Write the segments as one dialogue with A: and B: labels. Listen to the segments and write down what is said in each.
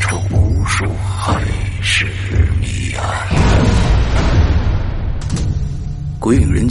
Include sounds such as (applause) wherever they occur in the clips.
A: 出无数海市谜案。鬼影人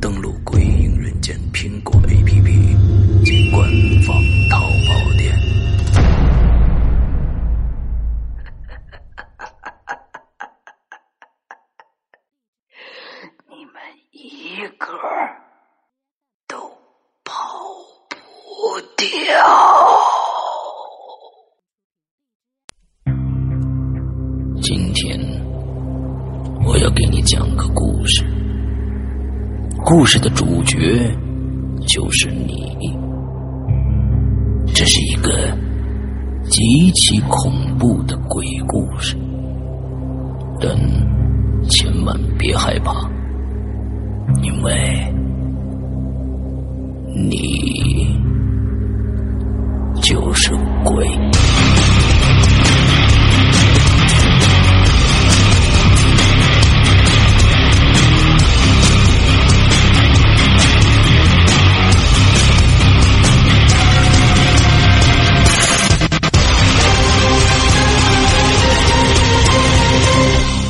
A: 登录《鬼影人间》苹果 APP 及官方淘宝店。
B: 你们一个都跑不掉。
A: 今天我要给你讲个故事，故事的主角就是你。这是一个极其恐怖的鬼故事，但千万别害怕，因为你就是鬼。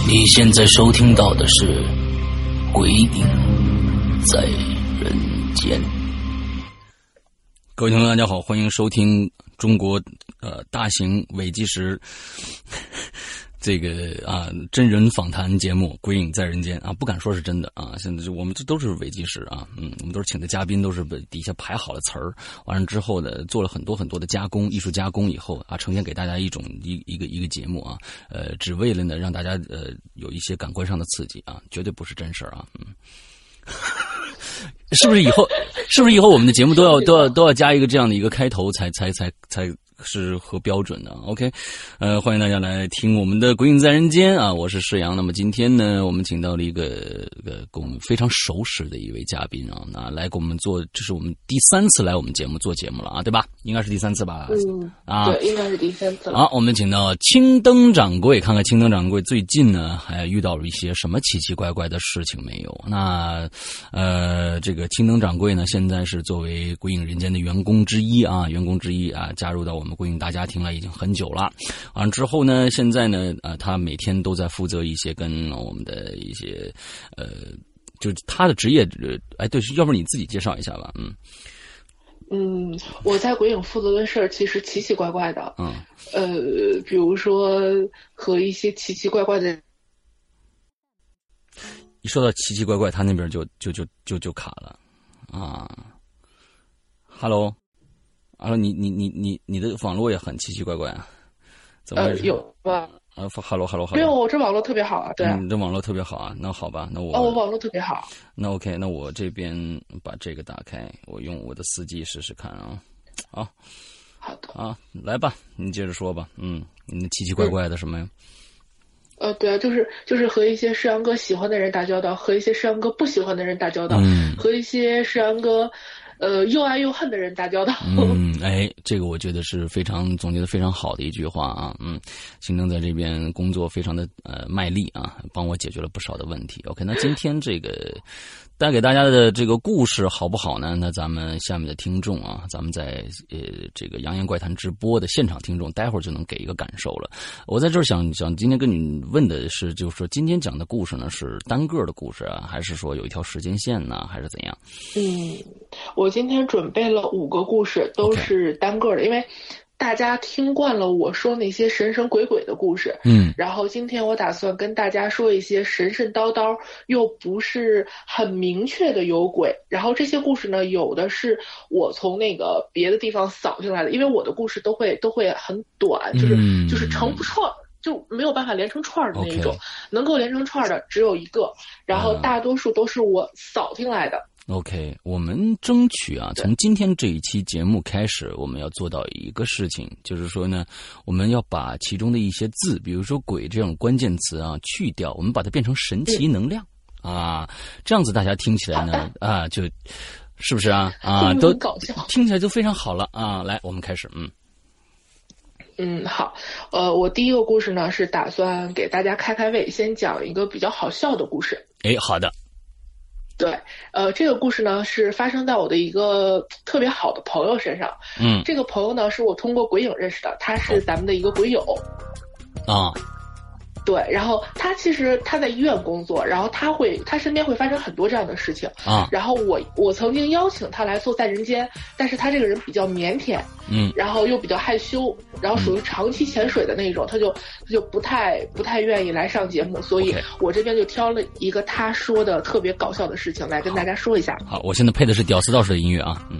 A: 你现在收听到的是《鬼影在人间》。各位听众，大家好，欢迎收听中国呃大型伪纪实这个啊真人访谈节目《鬼影在人间》啊，不敢说是真的啊，现在就我们这都是伪纪实啊，嗯，我们都是请的嘉宾都是被底下排好了词儿，完了之后呢，做了很多很多的加工，艺术加工以后啊，呈现给大家一种一一个一个节目啊，呃，只为了呢让大家呃有一些感官上的刺激啊，绝对不是真事儿啊，嗯。是不是以后，是不是以后我们的节目都要都要都要加一个这样的一个开头才才才才是合标准的？OK，呃，欢迎大家来听我们的《鬼影在人间》啊，我是世阳。那么今天呢，我们请到了一个呃跟我们非常熟识的一位嘉宾啊，那来给我们做，这是我们第三次来我们节目做节目了啊，对吧？应该是第三次吧？
C: 嗯，
A: 啊，
C: 对，应该是第三次了。
A: 好，我们请到青灯掌柜，看看青灯掌柜最近呢还遇到了一些什么奇奇怪怪的事情没有？那呃，这个青灯掌柜呢，现在是作为鬼影人间的员工之一啊，员工之一啊，加入到我们鬼影大家庭了，已经很久了。完之后呢，现在呢，呃，他每天都在负责一些跟我们的一些呃，就是他的职业，呃哎，对，要不然你自己介绍一下吧，嗯
C: 嗯，我在鬼影负责的事儿其实奇奇怪怪的，
A: 嗯
C: 呃，比如说和一些奇奇怪怪的，
A: 一说到奇奇怪怪，他那边就就就就就卡了啊。Hello，啊，你你你你你的网络也很奇奇怪怪啊，怎么
C: 呃
A: 回，事？
C: 有吧？
A: 啊，Hello Hello Hello，
C: 没有，我这网络特别好啊，对啊，
A: 你的网络特别好啊。那好吧，那嗯我、
C: 哦，我网络特别好。
A: 那 OK，那我这边把这个打开，我用我的司机试试看啊。好
C: 好的，
A: 啊，来吧，你接着说吧。嗯，你的奇奇怪怪的什么呀？
C: 呃，对啊，就是就是和一些世阳哥喜欢的人打交道，和一些世阳哥不喜欢的人打交道，
A: 嗯
C: 和一些世阳哥，呃，又爱又恨的人打交道。
A: 嗯，哎，这个我觉得是非常总结的非常好的一句话啊。嗯，行政在这边工作非常的呃卖力啊，帮我解决了不少的问题。OK，那今天这个带给大家的这个故事好不好呢？那咱们下面的听众啊，咱们在呃这个《扬言怪谈》直播的现场听众，待会儿就能给一个感受了。我在这儿想想，今天跟你问的是，就是说今天讲的故事呢是单个的故事啊，还是说有一条时间线呢，还是怎样？
C: 嗯，我今天准备了五个故事，都
A: OK
C: 是单个儿的，因为大家听惯了我说那些神神鬼鬼的故事，
A: 嗯
C: 然后今天我打算跟大家说一些神神叨叨又不是很明确的有鬼。然后这些故事呢，有的是我从那个别的地方扫进来的，因为我的故事都会都会很短，就是
A: 嗯
C: 就是成不串，就没有办法连成串儿的那一种
A: OK
C: 能够连成串儿的只有一个，然后
A: 啊
C: 大多数都是我扫听来的。
A: OK，我们争取啊，从今天这一期节目开始，我们要做到一个事情，就是说呢，我们要把其中的一些字，比如说“鬼”这种关键词啊，去掉，我们把它变成神奇能量、啊，这样子大家听起来呢，啊，就是不是啊啊，
C: 嗯 (laughs)
A: 都
C: 搞笑
A: 听起来就非常好了啊。来，我们开始，嗯
C: 嗯，好，呃，我第一个故事呢是打算给大家开开胃，先讲一个比较好笑的故事。
A: 哎，好的，
C: 对，呃，这个故事呢是发生在我的一个特别好的朋友身上。
A: 嗯
C: 这个朋友呢是我通过鬼影认识的，他是咱们的一个鬼友。
A: 啊，
C: 对，然后他其实他在医院工作，然后他会他身边会发生很多这样的事情。
A: 啊，
C: 然后我我曾经邀请他来做在人间，但是他这个人比较腼腆，
A: 嗯
C: 然后又比较害羞，然后属于长期潜水的那一种，他就他就不太不太愿意来上节目，所以
A: OK
C: 我这边就挑了一个他说的特别搞笑的事情来跟大家说一下。
A: 好，我现在配的是屌丝道士的音乐啊，嗯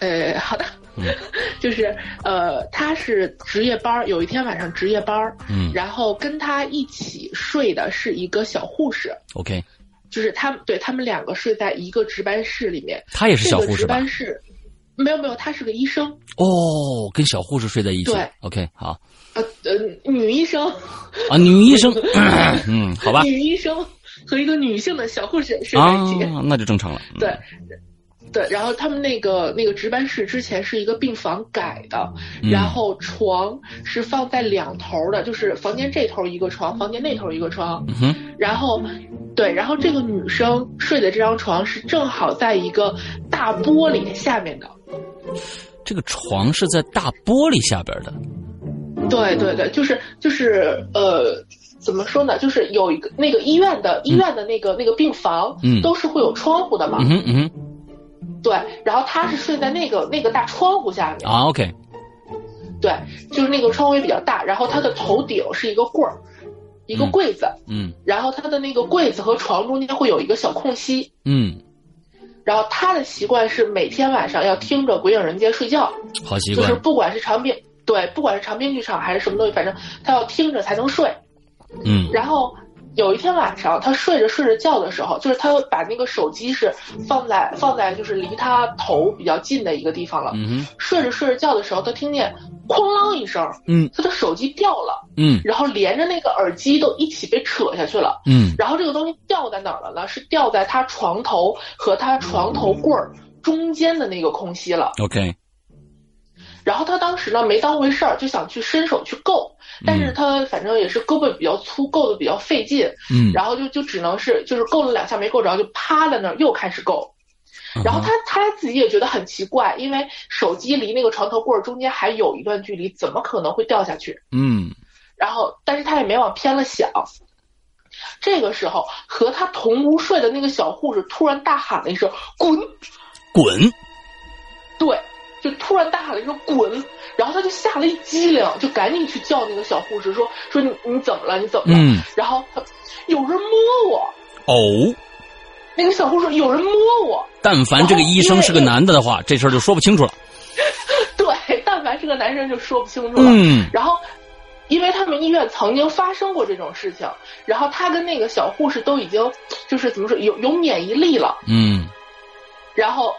C: 呃，好的，
A: 嗯
C: (laughs) 就是呃，他是值夜班儿，有一天晚上值夜班儿，
A: 嗯
C: 然后跟他一起睡的是一个小护士，
A: ，OK，
C: 就是他们对他们两个睡在一个值班室里面，
A: 他也是小
C: 这
A: 护
C: 个
A: 士
C: 值
A: 吧？
C: 班室，没有没有，他是个医生，
A: 哦，跟小护士睡在一起
C: 对
A: ，OK，好。
C: 呃呃，女医生，
A: (laughs) 啊，女医
C: (laughs)
A: 生，嗯，好吧，
C: 女医生和一个女性的小护士睡在一起，
A: 啊，那就正常了。嗯
C: 对。对，然后他们那个那个值班室之前是一个病房改的，
A: 嗯
C: 然后床是放在两头儿的，就是房间这头儿一个床，房间那头儿一个床。
A: 嗯哼，
C: 然后，对，然后这个女生睡的这张床是正好在一个大玻璃下面的。
A: 这个床是在大玻璃下边的。
C: 对对对，就是就是呃，怎么说呢？就是有一个那个医院的医院的那个、那个病房，
A: 嗯
C: 都是会有窗户的嘛。
A: 嗯哼，嗯哼，
C: 对，然后她是睡在那个那个大窗户下面。
A: 啊，OK，
C: 对，就是那个窗户也比较大，然后她的头顶是一个柜儿，一个
A: 嗯
C: 柜子。
A: 嗯
C: 然后他的那个柜子和床中间会有一个小空隙。
A: 嗯，
C: 然后他的习惯是每天晚上要听着《鬼影人间》睡觉，
A: 好习
C: 就
A: 惯
C: 是。不管是长篇对，不管是长篇剧场还是什么东西，反正他要听着才能睡。
A: 嗯
C: 然后有一天晚上，他睡着睡着觉的时候，就是他把那个手机是放在放在就是离他头比较近的一个地方了。
A: 嗯哼，
C: 睡着睡着觉的时候，他听见哐啷一声，
A: 嗯
C: 他的手机掉了，
A: 嗯
C: 然后连着那个耳机都一起被扯下去了。
A: 嗯
C: 然后这个东西掉在哪儿了呢？是掉在他床头和他床头柜儿中间的那个空隙了。
A: ，OK，
C: 然后他当时呢没当回事儿，就想去伸手去够，但是他反正也是胳膊比较粗，够的比较费劲，
A: 嗯，
C: 然后就就只能是就是够了两下没够着，就趴在那儿又开始
A: 嗯
C: 够。然后他他自己也觉得很奇怪，因为手机离那个床头柜儿中间还有一段距离，怎么可能会掉下去？
A: 嗯
C: 然后但是他也没往偏了想。这个时候，和他同屋睡的那个小护士突然大喊了一声“滚
A: 滚，”，
C: 对，就突然大喊了一声“滚”，然后他就吓了一激灵，就赶紧去叫那个小护士说：“说你你怎么了？你怎么了？”
A: 嗯
C: 然后他有人摸我，
A: 哦，
C: 那个小护士说有人摸我，
A: 但凡
C: 哦
A: 这个医生是个男的的话，这事儿就说不清楚了。
C: 对，但凡是个男生就说不清楚了。
A: 嗯
C: 然后，因为他们医院曾经发生过这种事情，然后他跟那个小护士都已经就是怎么说有有免疫力了，
A: 嗯
C: 然后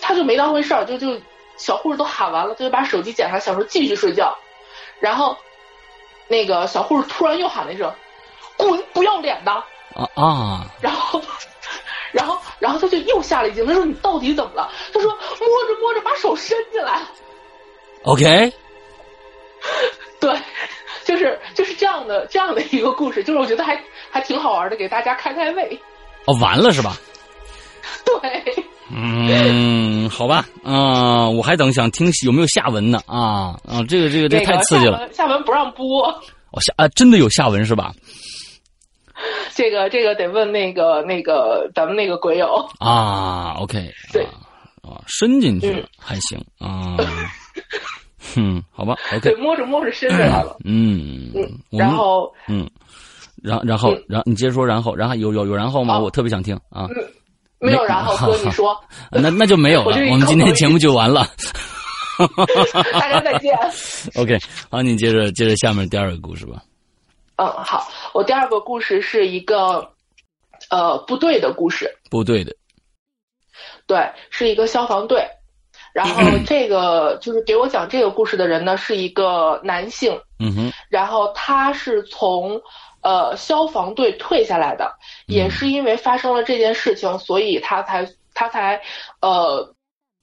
C: 他就没当回事儿，就就小护士都喊完了，他就把手机捡上，想说继续睡觉，然后那个小护士突然又喊了一声“滚，不要脸的
A: 啊啊，”，
C: 然后。 (laughs) 然后，然后他就又吓了一惊。他说：“你到底怎么了？”他说：“摸着摸着，把手伸进来了。”
A: OK，
C: (laughs) 对，就是就是这样的这样的一个故事，就是我觉得还还挺好玩的，给大家开开胃。
A: 哦，完了是吧？
C: 对，
A: 嗯，好吧，啊、我还等想听有没有下文呢啊啊，这个这个这个
C: 那
A: 太
C: 个
A: 刺激
C: 下
A: 了。
C: 文下文不让播，
A: 哦下啊，真的有下文是吧？
C: 这个这个得问那个那个咱们那个鬼友。
A: 啊，OK，
C: 对
A: 啊啊，伸进去了、还行啊，哼，好吧
C: 对
A: ，OK，，
C: 摸着摸着伸出来了，
A: 嗯，
C: 嗯，
A: 我
C: 然
A: 们
C: 后嗯
A: 嗯，然然后然你接着说，然后然后有有有然后吗？
C: 哦
A: 我特别想听啊，
C: 没有然后哥，你说，
A: (laughs) 那那就没有
C: 我
A: 了
C: 这，一
A: 我们今天
C: 口
A: 节目就完了。
C: 大家再见。
A: OK，好，你接着接着下面第二个故事吧。
C: 嗯，好，我第二个故事是一个呃部队的故事，
A: 部队的，
C: 对，是一个消防队。
A: (clears throat)
C: 然后这个就是给我讲这个故事的人呢，是一个男性，
A: 嗯哼，
C: 然后他是从呃消防队退下来的，
A: 嗯
C: 也是因为发生了这件事情，所以他才他才呃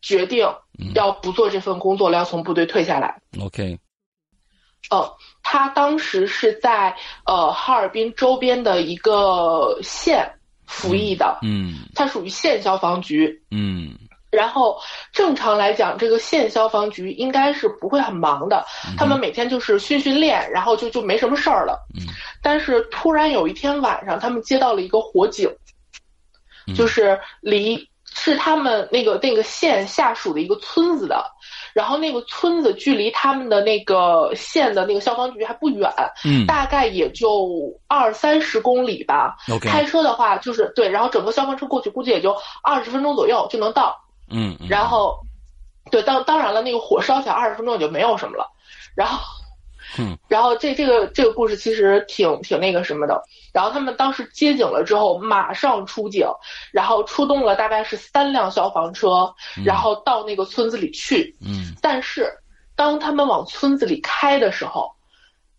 C: 决定
A: 嗯
C: 要不做这份工作了，要从部队退下来。
A: ，OK，
C: 嗯，他当时是在呃哈尔滨周边的一个县服役的，
A: 嗯
C: 他属于县消防局。
A: 嗯
C: 然后正常来讲，这个县消防局应该是不会很忙的，他们每天就是训训练，然后就就没什么事儿了。
A: 嗯
C: 但是突然有一天晚上，他们接到了一个火警
A: 嗯，
C: 就是离是他们那个那个县下属的一个村子的，然后那个村子距离他们的那个县的那个消防局还不远，
A: 嗯
C: 大概也就二三十公里吧。
A: ，OK，
C: 开车的话就是对，然后整个消防车过去估计也就二十分钟左右就能到。
A: 嗯，嗯
C: 然后，对，当当然了，那个火烧起来二十分钟也就没有什么了。然后
A: 嗯，
C: (laughs) 然后这这个这个故事其实挺挺那个什么的。然后他们当时接警了之后，马上出警，然后出动了大概是三辆消防车，然后到那个村子里去。
A: 嗯
C: 但是当他们往村子里开的时候，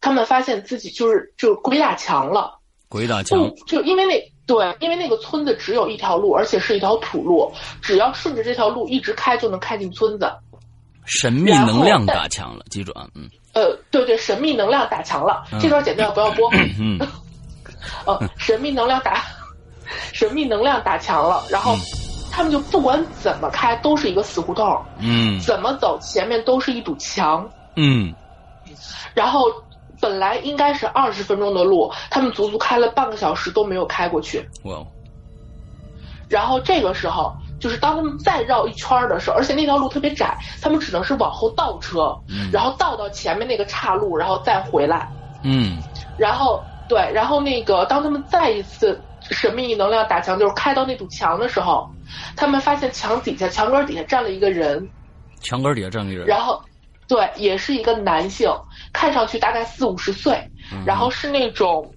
C: 他们发现自己就是就是鬼打墙了。
A: 鬼打墙
C: 不，就因为那对，因为那个村子只有一条路，而且是一条土路，只要顺着这条路一直开就能开进村子。
A: 神秘能量打墙了，记住啊，嗯
C: 呃，对对，神秘能量打墙了，这段剪掉不要播。
A: 嗯
C: 呃，神秘能量打，神秘能量打墙了，然
A: 嗯
C: 后他们就不管怎么开都是一个死胡同，
A: 嗯
C: 怎么走前面都是一堵墙，
A: 嗯
C: 然后。本来应该是二十分钟的路，他们足足开了半个小时都没有开过去。
A: 哇哦，
C: 然后这个时候，就是当他们再绕一圈儿的时候，而且那条路特别窄，他们只能是往后倒车，
A: 嗯
C: 然后倒到前面那个岔路，然后再回来。
A: 嗯
C: 然后对，然后那个当他们再一次神秘能量打墙，就是开到那堵墙的时候，他们发现墙底下墙根底下站了一个人，
A: 墙根底下站个人，
C: 然后对，也是一个男性，看上去大概四五十岁，
A: 嗯
C: 然后是那种。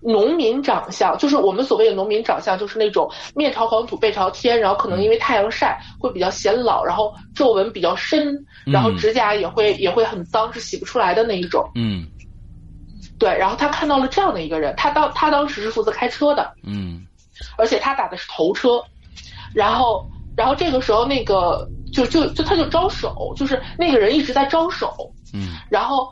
C: 农民长相，就是我们所谓的农民长相，就是那种面朝黄土背朝天，然后可能因为太阳晒会比较显老，然后皱纹比较深，然后
A: 嗯
C: 指甲也会也会很脏，是洗不出来的那一种。
A: 嗯
C: 对，然后他看到了这样的一个人，他当他当时是负责开车的，
A: 嗯
C: 而且他打的是头车，然后然后这个时候那个就就就他就招手，就是那个人一直在招手，
A: 嗯
C: 然后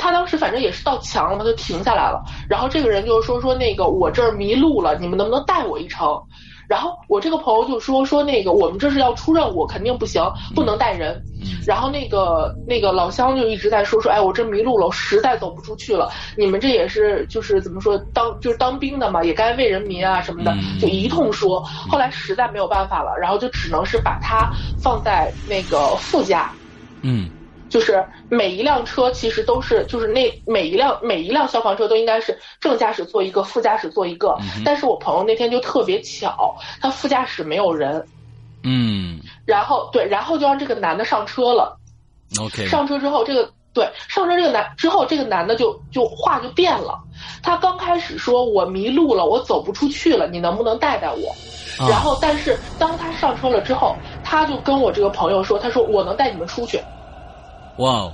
C: 他当时反正也是到墙了嘛，就停下来了。然后这个人就说说那个我这儿迷路了，你们能不能带我一程？然后我这个朋友就说说那个我们这是要出任务，肯定不行，不能带人。
A: 嗯
C: 然后那个那个老乡就一直在说说，哎，我这迷路了，我实在走不出去了。你们这也是就是怎么说当就是当兵的嘛，也该为人民啊什么的
A: 嗯，
C: 就一通说。后来实在没有办法了，然后就只能是把他放在那个副驾，
A: 嗯
C: 就是每一辆车其实都是，就是那每一辆每一辆消防车都应该是正驾驶座一个，副驾驶座一个。
A: 嗯哼
C: 但是我朋友那天就特别巧，他副驾驶没有人，
A: 嗯
C: 然后对，然后就让这个男的上车了。
A: ，OK，
C: 上车之后，这个对上车这个男之后，这个男的就就话就变了。他刚开始说我迷路了，我走不出去了，你能不能带带我？
A: 啊
C: 然后，但是当他上车了之后，他就跟我这个朋友说，他说我能带你们出去。
A: 哇哦，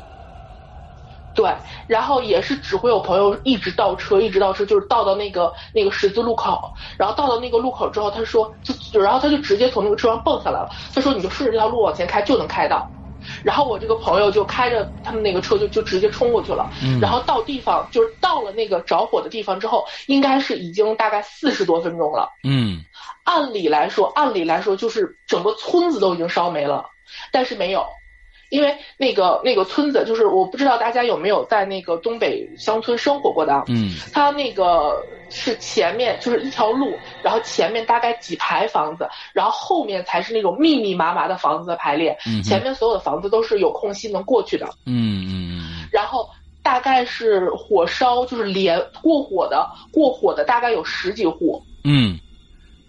C: 对，然后也是指挥我朋友一直倒车，一直倒车，就是倒到那个那个十字路口，然后到了那个路口之后，他说就，然后他就直接从那个车上蹦下来了。他说你就顺着这条路往前开就能开到。然后我这个朋友就开着他们那个车就就直接冲过去了，
A: 嗯
C: 然后到地方就是到了那个着火的地方之后，应该是已经大概四十多分钟了。
A: 嗯
C: 按理来说，按理来说就是整个村子都已经烧没了，但是没有，因为那个那个村子，就是我不知道大家有没有在那个东北乡村生活过的啊。
A: 嗯
C: 它那个是前面就是一条路，然后前面大概几排房子，然后后面才是那种密密麻麻的房子的排列，
A: 嗯哼
C: 前面所有的房子都是有空隙能过去的。
A: 嗯嗯
C: 然后大概是火烧，就是连过火的过火的大概有十几户，
A: 嗯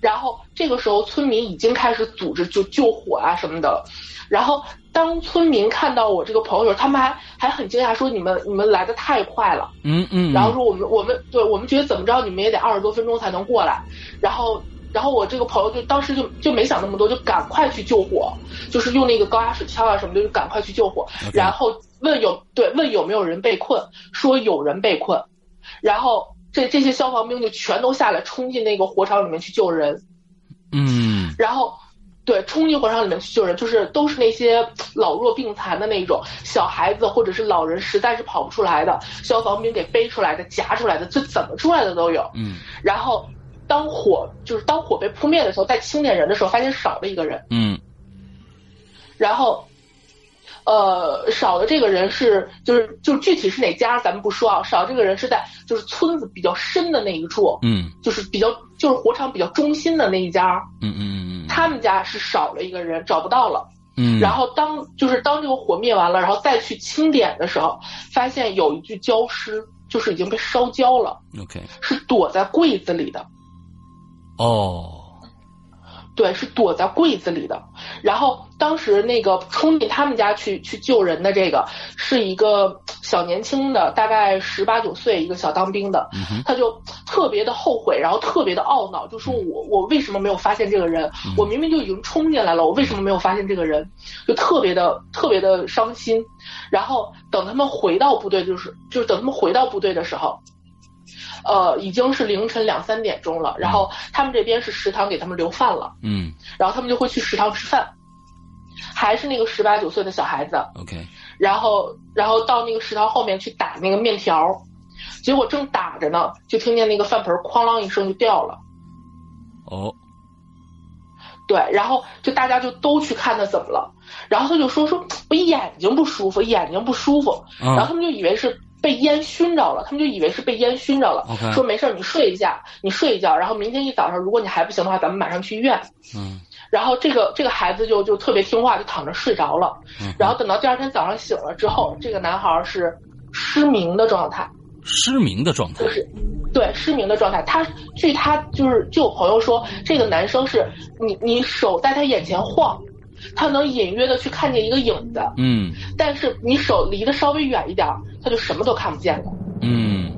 C: 然后这个时候村民已经开始组织就救火啊什么的了。然后当村民看到我这个朋友，他们还还很惊讶说：“你们你们来的太快了。”
A: 嗯嗯。
C: 然后说我们我们对我们觉得怎么着你们也得二十多分钟才能过来。然后然后我这个朋友就当时就就没想那么多，就赶快去救火，就是用那个高压水枪啊什么的，就赶快去救火。
A: OK
C: 然后问有对问有没有人被困，说有人被困，然后这这些消防兵就全都下来冲进那个火场里面去救人，
A: 嗯
C: 然后对冲进火场里面去救人，就是都是那些老弱病残的那种小孩子或者是老人，实在是跑不出来的，消防兵给背出来的、夹出来的，就怎么出来的都有。
A: 嗯
C: 然后当火就是当火被扑灭的时候，在清点人的时候，发现少了一个人，
A: 嗯
C: 然后。呃，少的这个人是就是就是具体是哪家咱们不说啊，少这个人是在就是村子比较深的那一处，
A: 嗯
C: 就是比较就是火场比较中心的那一家，
A: 嗯嗯嗯
C: 他们家是少了一个人，找不到了。
A: 嗯，
C: 然后当就是当这个火灭完了，然后再去清点的时候，发现有一具焦尸，就是已经被烧焦了，
A: OK
C: 是躲在柜子里的。
A: 哦
C: 对，是躲在柜子里的。然后当时那个冲进他们家去去救人的这个是一个小年轻的，大概十八九岁，一个小当兵的。
A: 嗯哼
C: 他就特别的后悔，然后特别的懊恼，就说我我为什么没有发现这个人？我明明就已经冲进来了，我为什么没有发现这个人？就特别的特别的伤心。然后等他们回到部队，就是就是等他们回到部队的时候。呃，已经是凌晨两三点钟了，然后他们这边是食堂给他们留饭了，
A: 嗯
C: 然后他们就会去食堂吃饭，还是那个十八九岁的小孩子，
A: OK
C: 然后然后到那个食堂后面去打那个面条，结果正打着呢，就听见那个饭盆哐啷一声就掉了，
A: 哦
C: 对，然后就大家就都去看他怎么了，然后他就说说我眼睛不舒服，眼睛不舒服，然后
A: 啊
C: 他们就以为是。被烟熏着了，他们就以为是被烟熏着了
A: OK
C: 说没事儿，你睡一下，你睡一觉，然后明天一早上，如果你还不行的话，咱们马上去医院。
A: 嗯
C: 然后这个这个孩子就就特别听话，就躺着睡着了。
A: 嗯，
C: 然后等到第二天早上醒了之后，这个男孩是失明的状态，
A: 失明的状态
C: 就是对失明的状态。他据他就是据我朋友说，这个男生是你你手在他眼前晃，他能隐约的去看见一个影子，
A: 嗯
C: 但是你手离得稍微远一点儿，他就什么都看不见了。
A: 嗯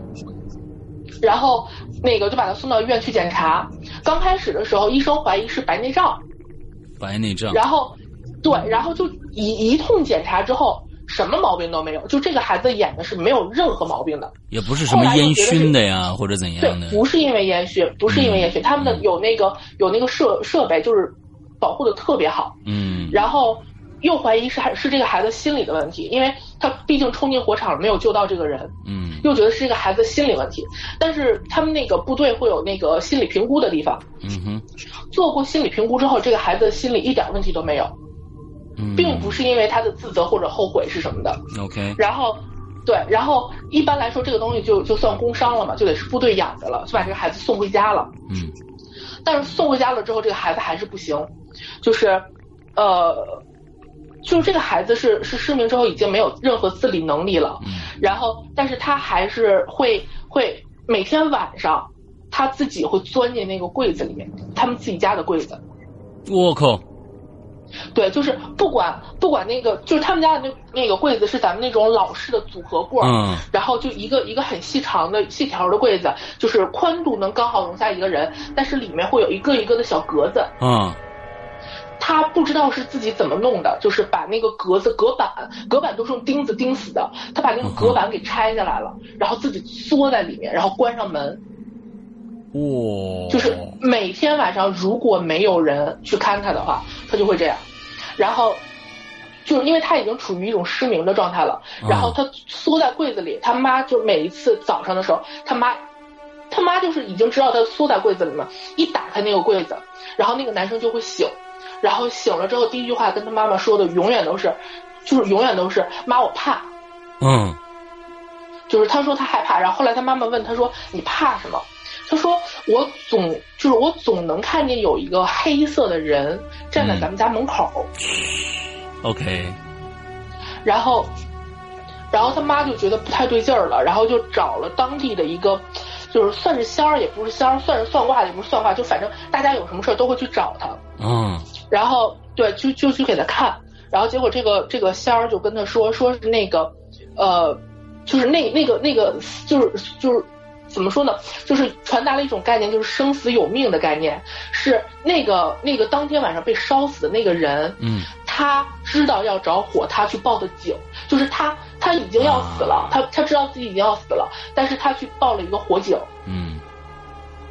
C: 然后那个就把他送到医院去检查。刚开始的时候，医生怀疑是白内障，
A: 白内障
C: 然后，对，然后就一一通检查之后，什么毛病都没有，就这个孩子演的是没有任何毛病的，
A: 也不是什么烟熏的呀或者怎
C: 对
A: 样的，
C: 不是因为烟熏，不是因为烟熏，他们的
A: 嗯
C: 有那个有那个设设备，就是保护的特别好，
A: 嗯
C: 然后。又怀疑是还是这个孩子心理的问题，因为他毕竟冲进火场了，没有救到这个人，
A: 嗯
C: 又觉得是这个孩子心理问题。但是他们那个部队会有那个心理评估的地方，
A: 嗯哼
C: 做过心理评估之后，这个孩子的心理一点问题都没有。
A: 嗯，
C: 并不是因为他的自责或者后悔是什么的。
A: OK
C: 然后，对，然后一般来说这个东西就就算工伤了嘛，就得是部队养的了，就把这个孩子送回家了。
A: 嗯
C: 但是送回家了之后，这个孩子还是不行，就是，呃，就是这个孩子是是失明之后已经没有任何自理能力了。
A: 嗯
C: 然后，但是他还是会会每天晚上。他自己会钻进那个柜子里面，他们自己家的柜子，
A: 我靠
C: 对，就是不管不管那个，就是他们家的那那个柜子是咱们那种老式的组合柜儿，
A: 嗯
C: 然后就一个一个很细长的细条的柜子，就是宽度能刚好容下一个人，但是里面会有一个一个的小格子。
A: 啊
C: 他不知道是自己怎么弄的，就是把那个格子隔板隔板都是用钉子钉死的，他把那个隔板给拆下来了，然后自己缩在里面，然后关上门。
A: 哇
C: 就是每天晚上如果没有人去看他的话，他就会这样。然后，就是因为他已经处于一种失明的状态了，
A: 嗯
C: 然后他缩在柜子里，他妈就每一次早上的时候，他妈。他妈就是已经知道他缩在柜子里了，一打开那个柜子，然后那个男生就会醒，然后醒了之后第一句话跟他妈妈说的永远都是，就是永远都是妈我怕，
A: 嗯
C: 就是他说他害怕，然后后来他妈妈问他说你怕什么？他说我总就是我总能看见有一个黑色的人站在咱们家门口，
A: OK
C: 然后，然后他妈就觉得不太对劲儿了，然后就找了当地的一个，就是算是仙儿也不是仙儿，算是算卦也不是算卦，就反正大家有什么事儿都会去找他，
A: 嗯
C: 然后对，就就去给他看，然后结果这个这个仙儿就跟他说，说是那个，呃，就是那那个那个就是就是怎么说呢，就是传达了一种概念，就是生死有命的概念，是那个那个当天晚上被烧死的那个人，
A: 嗯
C: 他知道要着火，他去报的警，就是他他已经要死了
A: 啊，
C: 他他知道自己已经要死了，但是他去报了一个火警，
A: 嗯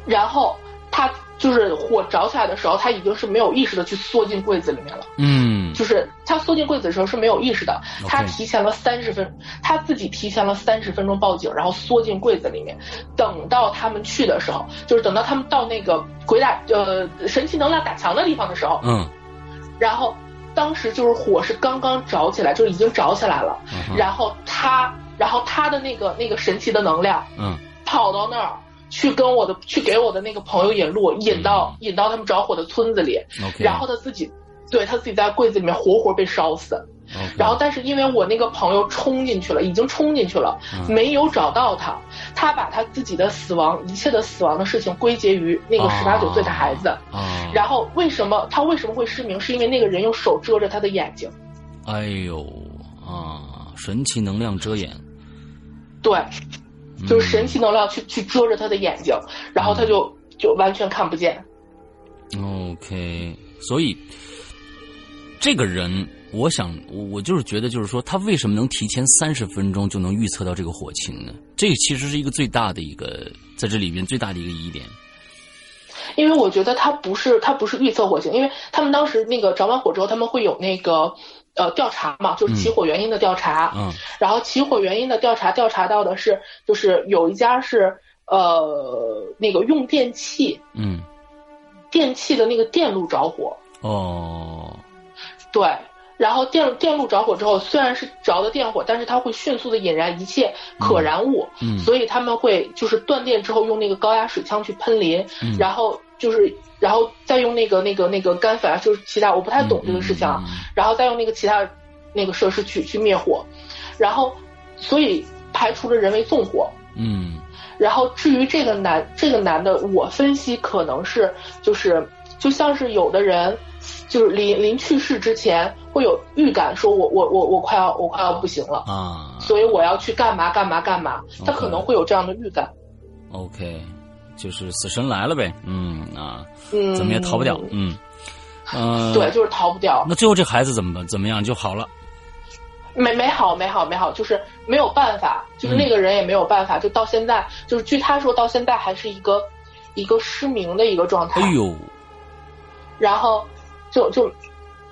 C: 然后他就是火着起来的时候，他已经是没有意识的去缩进柜子里面了。
A: 嗯
C: 就是他缩进柜子的时候是没有意识的，
A: OK
C: 他提前了三十分，他自己提前了三十分钟报警，然后缩进柜子里面。等到他们去的时候，就是等到他们到那个鬼打呃神奇能量打墙的地方的时候，
A: 嗯，
C: 然后当时就是火是刚刚着起来，就已经着起来了。
A: 嗯哼
C: 然后他，然后他的那个那个神奇的能量
A: 嗯
C: 跑到那儿去跟我的去给我的那个朋友引路，引到引到他们着火的村子里，
A: 嗯，OK，
C: 然后他自己。对他自己在柜子里面活活被烧死，
A: OK，
C: 然后但是因为我那个朋友冲进去了，已经冲进去了，
A: 嗯
C: 没有找到他，他把他自己的死亡，一切的死亡的事情归结于那个十八九岁的孩子。
A: 啊，
C: 然后为什么他为什么会失明？是因为那个人用手遮着他的眼睛。
A: 哎呦啊，神奇能量遮掩，
C: 对，
A: 嗯
C: 就是神奇能量去去遮着他的眼睛，然后他就就完全看不见。
A: OK，所以这个人，我想，我我就是觉得，就是说，他为什么能提前三十分钟就能预测到这个火情呢？这其实是一个最大的一个，在这里边最大的一个疑点。
C: 因为我觉得他不是他不是预测火情，因为他们当时那个着完火之后，他们会有那个呃调查嘛，就是起火原因的调查。
A: 嗯
C: 然后起火原因的调查调查到的是，就是有一家是呃那个用电器
A: 嗯，
C: 电器的那个电路着火，
A: 哦，
C: 对。然后电电路着火之后，虽然是着的电火，但是它会迅速的引燃一切可燃物，
A: 嗯
C: 所以他们会就是断电之后用那个高压水枪去喷淋，
A: 嗯
C: 然后就是然后再用那个那个那个干阀，就是其他我不太懂这个事
A: 嗯
C: 情啊，然后再用那个其他那个设施去去灭火，然后所以排除了人为纵火。
A: 嗯
C: 然后至于这个男这个男的，我分析可能是就是就像是有的人就是临临去世之前会有预感，说我我我我快要我快要不行了，
A: 啊
C: 所以我要去干嘛干嘛干嘛，他
A: OK
C: 可能会有这样的预感。
A: ，OK，就是死神来了呗。嗯啊，
C: 嗯，
A: 怎么也逃不掉。嗯，呃，
C: 对，，就是逃不掉，
A: 那最后这孩子怎么怎么样就好了？
C: 没没好没好没好，就是没有办法，就是那个人也没有办法，就到现在，就是据他说到现在还是一个一个失明的一个状态。
A: 哎呦，
C: 然后就就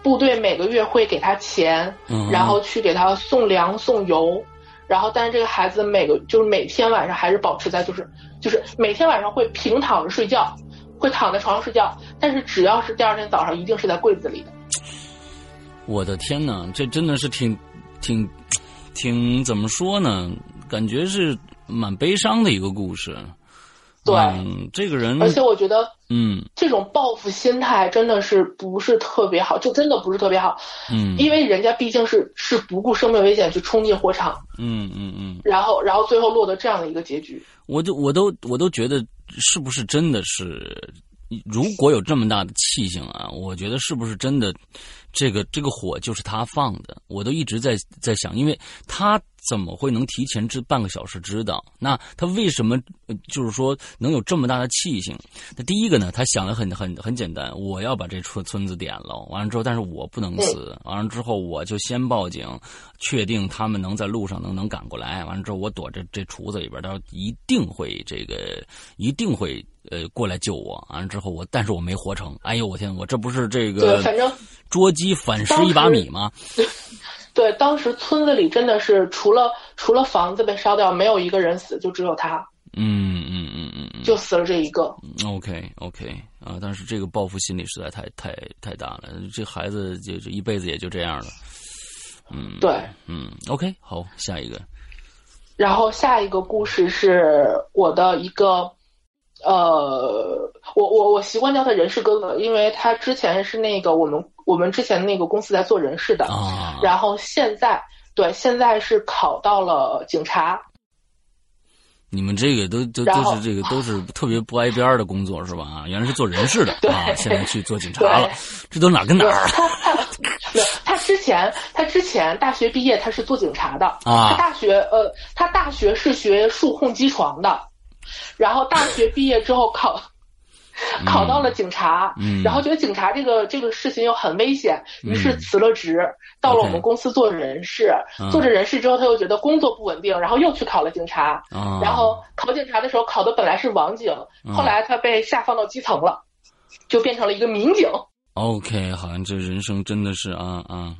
C: 部队每个月会给他钱，
A: 嗯，
C: 然后去给他送粮送油，然后但是这个孩子每个就是每天晚上还是保持在就是就是每天晚上会平躺着睡觉，会躺在床上睡觉，但是只要是第二天早上一定是在柜子里的。
A: 我的天呐，这真的是挺挺挺怎么说呢？感觉是蛮悲伤的一个故事。
C: 对
A: 嗯、这个人，
C: 而且我觉得
A: 嗯
C: 这种报复心态真的是不是特别好，就真的不是特别好，
A: 嗯
C: 因为人家毕竟是是不顾生命危险去冲进火场，
A: 嗯嗯嗯，
C: 然后然后最后落得这样的一个结局。
A: 我都我都我都觉得是不是真的是，如果有这么大的气性啊，我觉得是不是真的，这个这个火就是他放的。我都一直在在想，因为他怎么会能提前知半个小时知道？那他为什么呃就是说能有这么大的气性？那第一个呢，他想的很很很简单，我要把这村村子点了，完了之后，但是我不能死，完了之后我就先报警，确定他们能在路上能能赶过来，完了之后我躲这这厨子里边，他一定会这个一定会呃过来救我，完了之后我但是我没活成，哎呦我天，我这不是这
C: 对
A: 个，
C: 反正
A: 捉鸡反噬一把米吗？
C: 对，当时村子里真的是除了除了房子被烧掉，没有一个人死，就只有他，
A: 嗯嗯嗯嗯嗯
C: 就死了这一个。
A: ，OK OK 啊，但是这个报复心理实在太太太大了，这孩子就就一辈子也就这样了。嗯，
C: 对，
A: 嗯，OK，好，下一个，
C: 然后下一个故事是我的一个，呃，我我我习惯叫他人事哥哥，因为他之前是那个我们我们之前那个公司在做人事的，
A: 啊，
C: 然后现在对现在是考到了警察，
A: 你们这个都都
C: 然
A: 都
C: 后啊
A: 是这个都是特别不挨边儿的工作是吧？啊，原来是做人事的
C: (laughs)
A: 啊，现在去做警察了
C: 对，
A: 这都哪跟哪
C: 对
A: 儿啊？
C: 他他没有他之前他之前大学毕业他是做警察的，
A: 啊
C: (laughs) 他大学呃他大学是学数控机床的，然后大学毕业之后考。考到了警察，
A: 嗯
C: 然后觉得警察这个这个事情又很危险，
A: 嗯
C: 于是辞了职，到了
A: OK
C: 我们公司做人事。
A: 嗯
C: 做着人事之后，他又觉得工作不稳定，然后又去考了警察。
A: 啊，
C: 然后考警察的时候考的本来是网警，
A: 嗯
C: 后来他被下放到基层了，就变成了一个民警，
A: OK，好像这人生真的是啊啊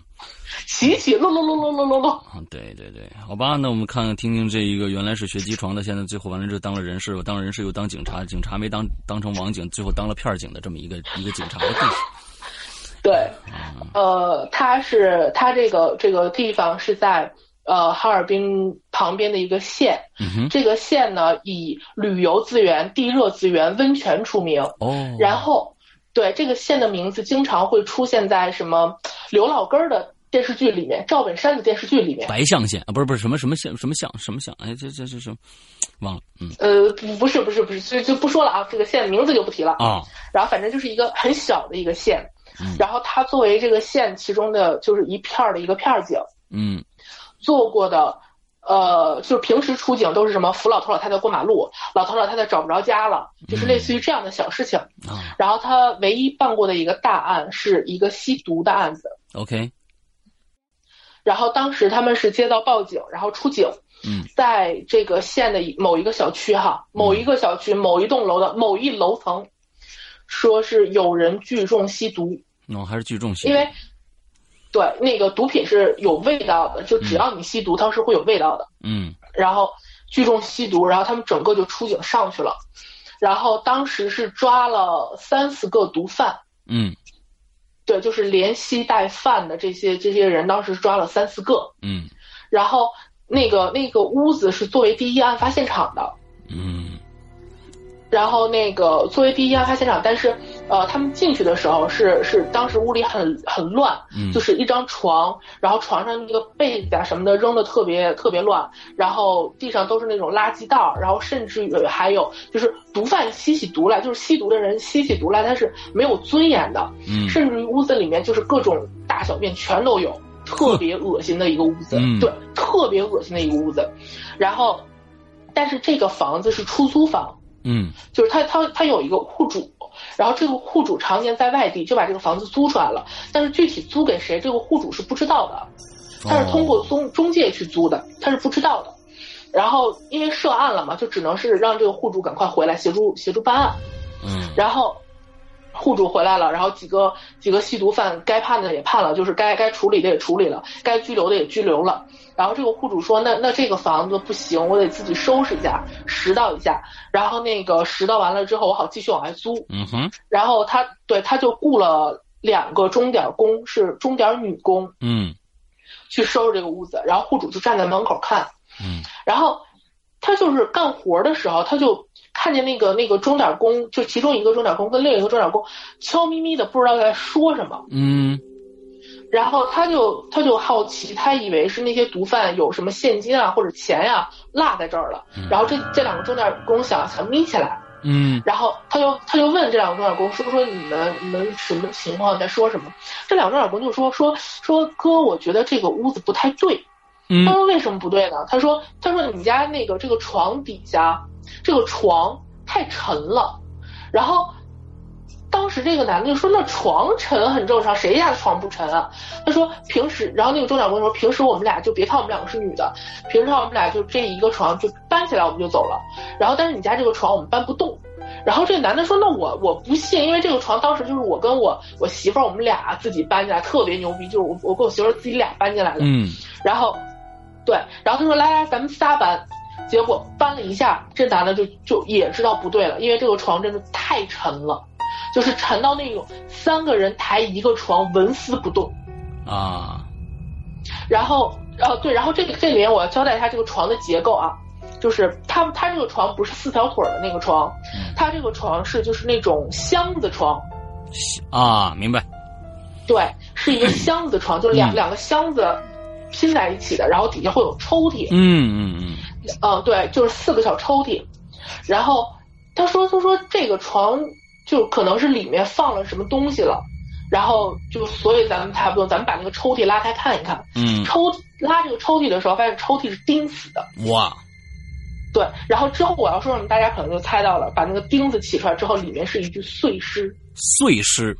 C: 起起落落落落落落落。
A: 啊！对对对，好吧，那我们看看听听这一个原来是学机床的，现在最后完了之后当了人事，又当人事又当警察，警察没当当成网警，最后当了片儿警的这么一个一个警察的故事。
C: 对，呃，他是他这个这个地方是在呃哈尔滨旁边的一个县，
A: 嗯哼，
C: 这个县呢以旅游资源、地热资源、温泉出名，
A: 哦，
C: 然后对这个县的名字经常会出现在什么刘老根儿的电视剧里面、赵本山的电视剧里面。
A: 白象县啊，不是不是什么什么县什么象什么象，哎，这这这什么忘了，嗯
C: 呃，不不是不是不是，就就不说了啊，这个县名字就不提了。
A: 啊，
C: 然后反正就是一个很小的一个县
A: 嗯，
C: 然后他作为这个县其中的就是一片儿的一个片儿警，
A: 嗯
C: 做过的，呃，就是平时出警都是什么扶老头老太太过马路，老头老太太找不着家了，就是类似于这样的小事情。
A: 啊
C: 然后他唯一办过的一个大案是一个吸毒的案子，
A: ，OK，
C: 然后当时他们是接到报警，然后出警，
A: 嗯
C: 在这个县的某一个小区哈，某一个小区某一栋楼的某一楼层，说是有人聚众吸毒，
A: 那、我还是聚众型，
C: 因为。对，那个毒品是有味道的，就只要你吸毒，它是会有味道的。
A: 嗯
C: 然后聚众吸毒，然后他们整个就出警上去了，然后当时是抓了三四个毒贩，
A: 嗯
C: 对，就是连吸带贩的这些这些人，当时抓了三四个，
A: 嗯
C: 然后那个那个屋子是作为第一案发现场的，
A: 嗯
C: 然后那个作为第一案发现场，但是呃，他们进去的时候是是当时屋里很很乱，
A: 嗯，
C: 就是一张床，然后床上那个被子啊什么的扔的特别特别乱，然后地上都是那种垃圾袋儿，然后甚至于还有就是毒贩吸起毒来，就是吸毒的人吸起毒来，他是没有尊严的，
A: 嗯
C: 甚至于屋子里面就是各种大小便全都有，特别恶心的一个屋子，
A: 嗯
C: 对，特别恶心的一个屋子，然后，但是这个房子是出租房，
A: 嗯
C: 就是他他他有一个户主，然后这个户主常年在外地，就把这个房子租出来了，但是具体租给谁，这个户主是不知道的，他是通过
A: 哦
C: 中中介去租的，他是不知道的。然后因为涉案了嘛，就只能是让这个户主赶快回来协助协助办案。
A: 嗯
C: 然后户主回来了，然后几个几个吸毒犯该判的也判了，就是该该处理的也处理了，该拘留的也拘留了。然后这个户主说：“那那这个房子不行，我得自己收拾一下，拾到一下。然后那个拾到完了之后，我好继续往外租。
A: 嗯哼
C: 然后他对他就雇了两个钟点工，是钟点女工
A: 嗯
C: 去收拾这个屋子。然后户主就站在门口看，
A: 嗯
C: 然后他就是干活的时候，他就看见那个那个钟点工，就其中一个钟点工跟另一个钟点工悄咪咪的不知道在说什么，
A: 嗯
C: 然后他就他就好奇，他以为是那些毒贩有什么现金啊或者钱呀、落在这儿了
A: 嗯，
C: 然后这这两个钟点工想想眯起来，
A: 嗯
C: 然后他就他就问这两个钟点工说说你们你们什么情况在说什么？这两个钟点工就说说说哥，我觉得这个屋子不太对，他
A: 嗯
C: 说为什么不对呢？他说他说你家那个这个床底下这个床太沉了，然后当时这个男的就说那床沉很正常，谁家的床不沉啊？他说平时，然后那个周长官说平时我们俩就别看我们两个是女的，平时我们俩就这一个床就搬起来我们就走了，然后但是你家这个床我们搬不动。然后这个男的说：“那我我不信，因为这个床当时就是我跟我我媳妇儿我们俩自己搬进来，特别牛逼，就是我我跟我媳妇儿自己俩搬进来的。
A: 嗯
C: 然后，对，然后他说来来，咱们仨搬。结果搬了一下，这男的就就也知道不对了，因为这个床真的太沉了，就是沉到那种三个人抬一个床，纹丝不动。
A: 啊
C: 然后，呃，对，然后这个这里面我要交代一下这个床的结构啊，就是它它这个床不是四条腿儿的那个床
A: 嗯，
C: 它这个床是就是那种箱子床，
A: 啊，明白， (laughs)
C: 对，是一个箱子床，就是两、
A: 嗯
C: 两个箱子拼在一起的，然后底下会有抽屉，
A: 嗯嗯嗯，
C: 呃，对，就是四个小抽屉。然后他说，他说这个床就可能是里面放了什么东西了，然后就所以咱们才不用，咱们把那个抽屉拉开看一看。
A: 嗯，
C: 抽拉这个抽屉的时候，发现抽屉是钉死的。
A: 哇，
C: 对，然后之后我要说什么，大家可能就猜到了。把那个钉子起出来之后，里面是一具碎尸，
A: 碎尸，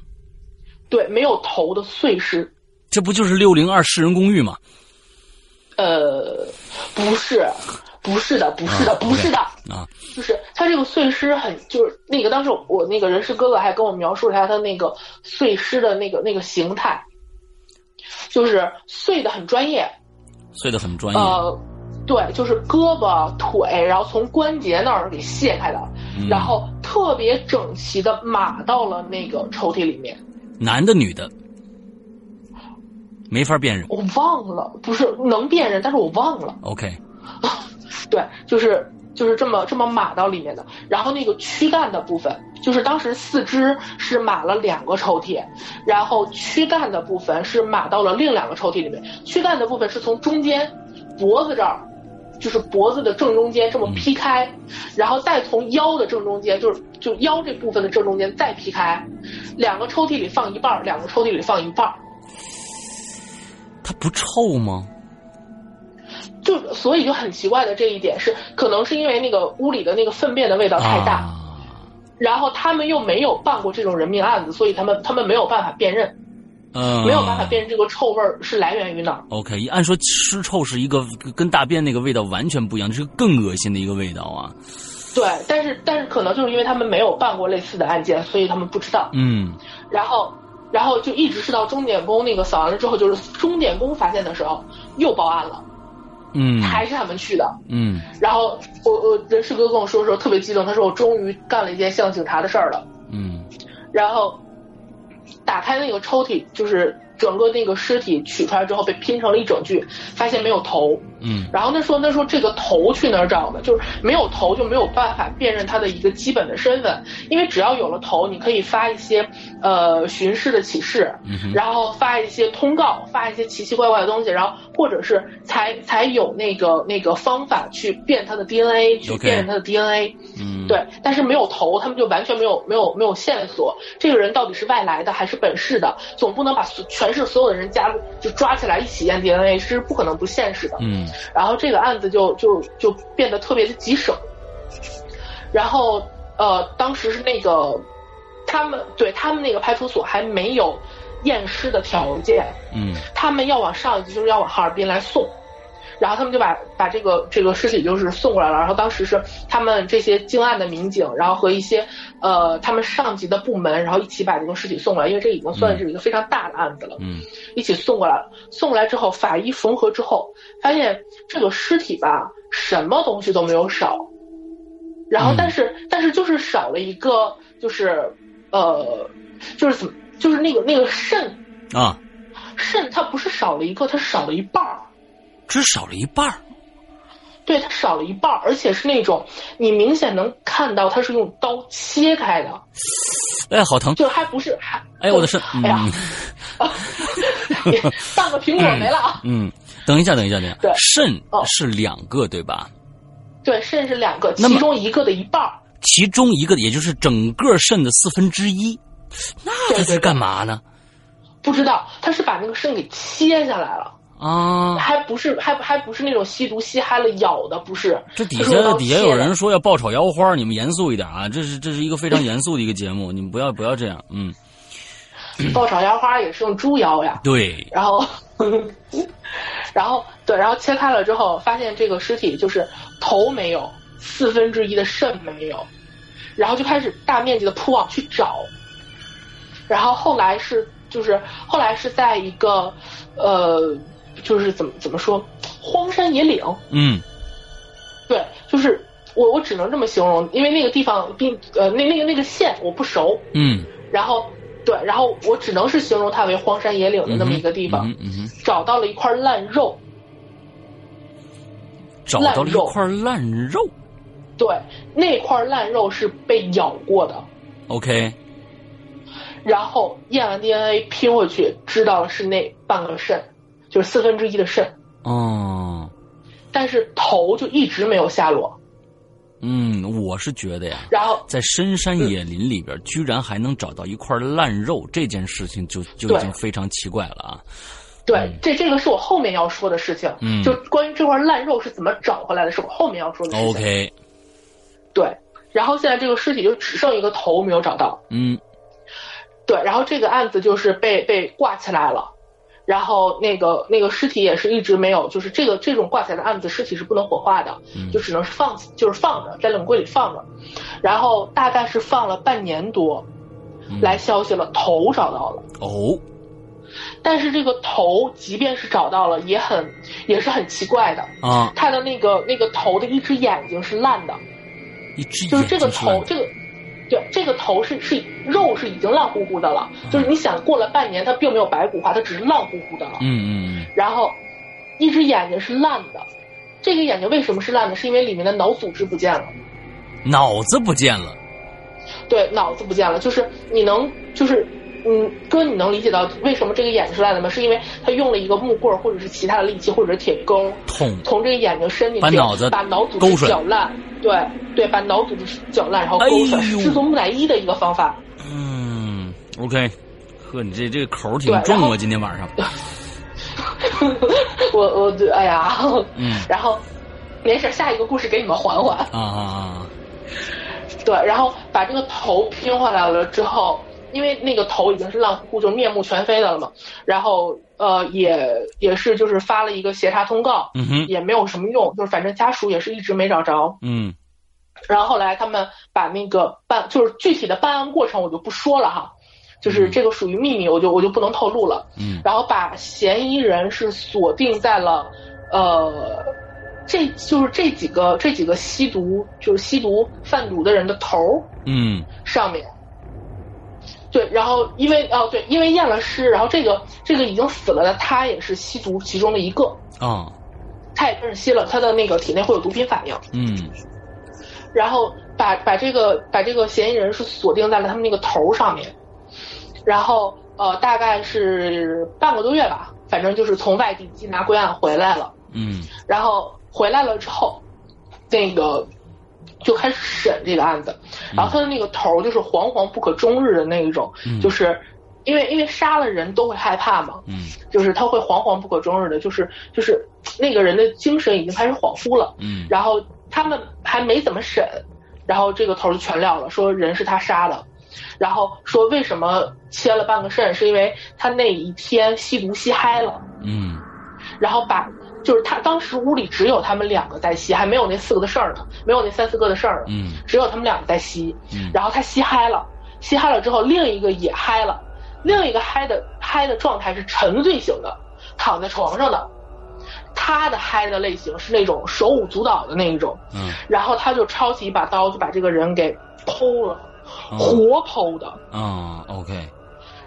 C: 对，没有头的碎尸。
A: 这不就是六零二室人公寓吗？
C: 呃，不是，不是的，不是的，
A: 啊
C: 不是的，
A: 啊，
C: (laughs) 就是它这个碎尸很，就是那个当时我那个人事哥哥还跟我描述了一下他那个碎尸的那个那个形态，就是碎的很专业，
A: 碎的很专业。
C: 呃，对，就是胳膊、腿，然后从关节那儿给卸开的，
A: 嗯
C: 然后特别整齐的码到了那个抽屉里面。
A: 男的女的，没法辨认。
C: 我忘了，不是能辨认，但是我忘了。
A: OK，
C: 对，就是就是这么这么码到里面的。然后那个躯干的部分，就是当时四肢是码了两个抽屉，然后躯干的部分是码到了另两个抽屉里面。躯干的部分是从中间脖子这儿，就是脖子的正中间这么劈开，然后再从腰的正中间，就是就腰这部分的正中间再劈开，两个抽屉里放一半儿，两个抽屉里放一半儿。
A: 他不臭吗？
C: 就所以就很奇怪的这一点是，可能是因为那个屋里的那个粪便的味道呃太大，
A: 啊、
C: 然后他们又没有办过这种人命案子，所以他们他们没有办法辨认，
A: 嗯，
C: 没有办法辨认这个臭味儿是来源于哪儿。
A: OK，按说尸臭是一个跟大便那个味道完全不一样，这是更恶心的一个味道啊。
C: 对，但是但是可能就是因为他们没有办过类似的案件，所以他们不知道。
A: 嗯
C: 然后然后就一直是到钟点工那个扫完了之后，就是钟点工发现的时候又报案了，
A: 嗯
C: 还是他们去的。
A: 嗯
C: 然后我我人事哥跟我说的时候特别激动，他说我终于干了一件像警察的事儿了。
A: 嗯
C: 然后打开那个抽屉，就是整个那个尸体取出来之后被拼成了一整具，发现没有头。
A: 嗯
C: 然后他说：“他说这个头去哪儿找的？就是没有头就没有办法辨认他的一个基本的身份，因为只要有了头，你可以发一些呃巡视的启事，
A: 嗯哼
C: 然后发一些通告，发一些奇奇怪怪的东西，然后或者是才才有那个那个方法去辨他的 DNA，去
A: OK
C: 辨认他的 DNA。
A: 嗯，
C: 对，但是没有头，他们就完全没有没有没有线索，这个人到底是外来的还是本市的？总不能把所全市所有的人加入就抓起来一起验 DNA，是不可能不现实的。
A: 嗯
C: 然后这个案子就就就变得特别的棘手。然后呃，当时是那个他们对他们那个派出所还没有验尸的条件，
A: 嗯
C: 他们要往上一级，就是要往哈尔滨来送。然后他们就把把这个这个尸体就是送过来了。然后当时是他们这些经案的民警，然后和一些呃他们上级的部门，然后一起把这个尸体送过来，因为这已经算是一个非常大的案子了。
A: 嗯
C: 一起送过来了。送过来之后，法医缝合之后，发现这个尸体吧，什么东西都没有少，然后
A: 嗯
C: 但是、但是就是少了一个，就是呃，就是怎么，就是那个那个肾
A: 啊，
C: 肾，它不是少了一个，它少了一半儿。
A: 只少了一半儿
C: 对，它少了一半儿，而且是那种你明显能看到它是用刀切开的，
A: 哎，好疼！
C: 就还不是还
A: 哎，我的肾，嗯
C: (laughs) 哎呀， (laughs) 半个苹果没了啊！
A: 嗯，等一下，等一下，等一下
C: 对，
A: 肾
C: 哦
A: 是两个对吧？
C: 对，肾是两个，
A: 嗯那么
C: 其中一个的一半儿。
A: 其中一个也就是整个肾的四分之一，那
C: 对
A: 他
C: 对
A: 是
C: 对
A: 干嘛呢？
C: 不知道，他是把那个肾给切下来了，
A: 啊，
C: 还不是还还不是那种吸毒吸嗨了咬的，不是。
A: 这底
C: 他说
A: 下
C: 要
A: 底下
C: 切
A: 有
C: 的
A: 人说要爆炒腰花，你们严肃一点啊！这是这是一个非常严肃的一个节目，你 (laughs) 们不要不要这样。嗯，
C: 爆炒腰花也是用猪腰呀，
A: 对，
C: 然后， (laughs) 然后对，然后切开了之后，发现这个尸体就是头没有，四分之一的肾没有，然后就开始大面积的铺网去找，然后后来是就是后来是在一个呃就是怎么怎么说荒山野岭，
A: 嗯
C: 对，就是我我只能这么形容，因为那个地方并呃那那个那个县我不熟，
A: 嗯，
C: 然后对，然后我只能是形容它为荒山野岭的那么一个地方，
A: 嗯哼嗯哼嗯
C: 找到了一块烂肉，
A: 哼找到了
C: 烂
A: 一
C: 肉
A: 块烂肉。
C: 对，那块烂肉是被咬过的，
A: OK，
C: 然后验完 DNA 拼回去，知道了是那半个肾，就是四分之一的肾，
A: 哦，
C: 但是头就一直没有下落。
A: 嗯，我是觉得呀，
C: 然后
A: 在深山
C: 嗯
A: 野林里边，居然还能找到一块烂肉，这件事情就就已经非常奇怪了啊！
C: 对，这这个是我后面要说的事情，
A: 嗯
C: 就关于这块烂肉是怎么找回来的，是我后面要说的事情。
A: ，OK，
C: 对，然后现在这个尸体就只剩一个头没有找到。
A: 嗯
C: 对，然后这个案子就是被被挂起来了，然后那个那个尸体也是一直没有，就是这个这种挂起来的案子，尸体是不能火化的，
A: 嗯
C: 就只能是放就是放着在冷柜里放着，然后大概是放了半年多，
A: 嗯
C: 来消息了，头找到了，
A: 哦，
C: 但是这个头即便是找到了，也很也是很奇怪的，
A: 啊，
C: 他的那个那个头的一只眼睛是烂的，
A: 一只
C: 就是
A: 眼
C: 这个
A: 睛是烂
C: 头，
A: 的，
C: 这个对这个头是是肉是已经烂乎乎的了，
A: 嗯
C: 就是你想过了半年，它并没有白骨化，它只是烂乎乎的了。
A: 嗯嗯
C: 然后一只眼睛是烂的，这个眼睛为什么是烂的？是因为里面的脑组织不见了，
A: 嗯，脑子不见了，
C: 对，脑子不见了，就是你能就是。嗯，哥，你能理解到为什么这个眼睛是烂的吗？是因为他用了一个木棍儿或者是其他的利器，或者是铁钩，
A: 痛，
C: 从这个眼睛伸进去，
A: 把脑子
C: 把脑组
A: 勾
C: 织
A: 出来
C: 绞烂，对对，把脑组织绞烂，然后勾出来，
A: 哎呦
C: 是制作木乃伊的一个方法。 (laughs)
A: 嗯，OK，呵，你这这个口儿挺
C: 对然
A: 重
C: 后
A: 啊，今天晚
C: (laughs)
A: 上，
C: 我我就哎呀，
A: 嗯
C: (laughs) 然后没事，下一个故事给你们缓缓。
A: 啊啊啊，
C: 对，然后把这个头拼回来了之后，因为那个头已经是烂乎乎，就面目全非的了嘛。然后呃，也也是就是发了一个协查通告，
A: 嗯哼，
C: 也没有什么用，就是反正家属也是一直没找着。
A: 嗯
C: 然后后来他们把那个办，就是具体的办案过程我就不说了哈，就是这个属于秘密，我就我就不能透露了。
A: 嗯
C: 然后把嫌疑人是锁定在了，呃，这就是这几个这几个吸毒就是吸毒贩毒的人的头儿
A: 嗯
C: 上面。对，然后因为哦对，因为验了尸，然后这个这个已经死了的他也是吸毒其中的一个，
A: 啊，
C: 他也开始吸了，他的那个体内会有毒品反应，
A: 嗯
C: 然后把把这个把这个嫌疑人是锁定在了他们那个头儿上面，然后呃大概是半个多月吧，反正就是从外地缉拿归案回来了，
A: 嗯
C: 然后回来了之后，那个就开始审这个案子，然后他的那个头儿就是惶惶不可终日的那一种，
A: 嗯
C: 就是因为因为杀了人都会害怕嘛，
A: 嗯
C: 就是他会惶惶不可终日的，就是就是那个人的精神已经开始恍惚了。
A: 嗯，
C: 然后他们还没怎么审，然后这个头儿就全撂了，说人是他杀的，然后说为什么切了半个肾，是因为他那一天吸毒吸嗨了，
A: 嗯
C: 然后把就是他当时屋里只有他们两个在吸，还没有那四个的事儿呢，没有那三四个的事儿呢，
A: 嗯
C: 只有他们两个在吸，
A: 嗯，
C: 然后他吸嗨了，吸嗨了之后另一个也嗨了，另一个嗨的嗨的状态是沉醉型的，躺在床上的。他的嗨的类型是那种手舞足蹈的那一种，
A: 嗯
C: 然后他就抄起一把刀，就把这个人给剖了，
A: 嗯
C: 活剖的。
A: 啊，OK，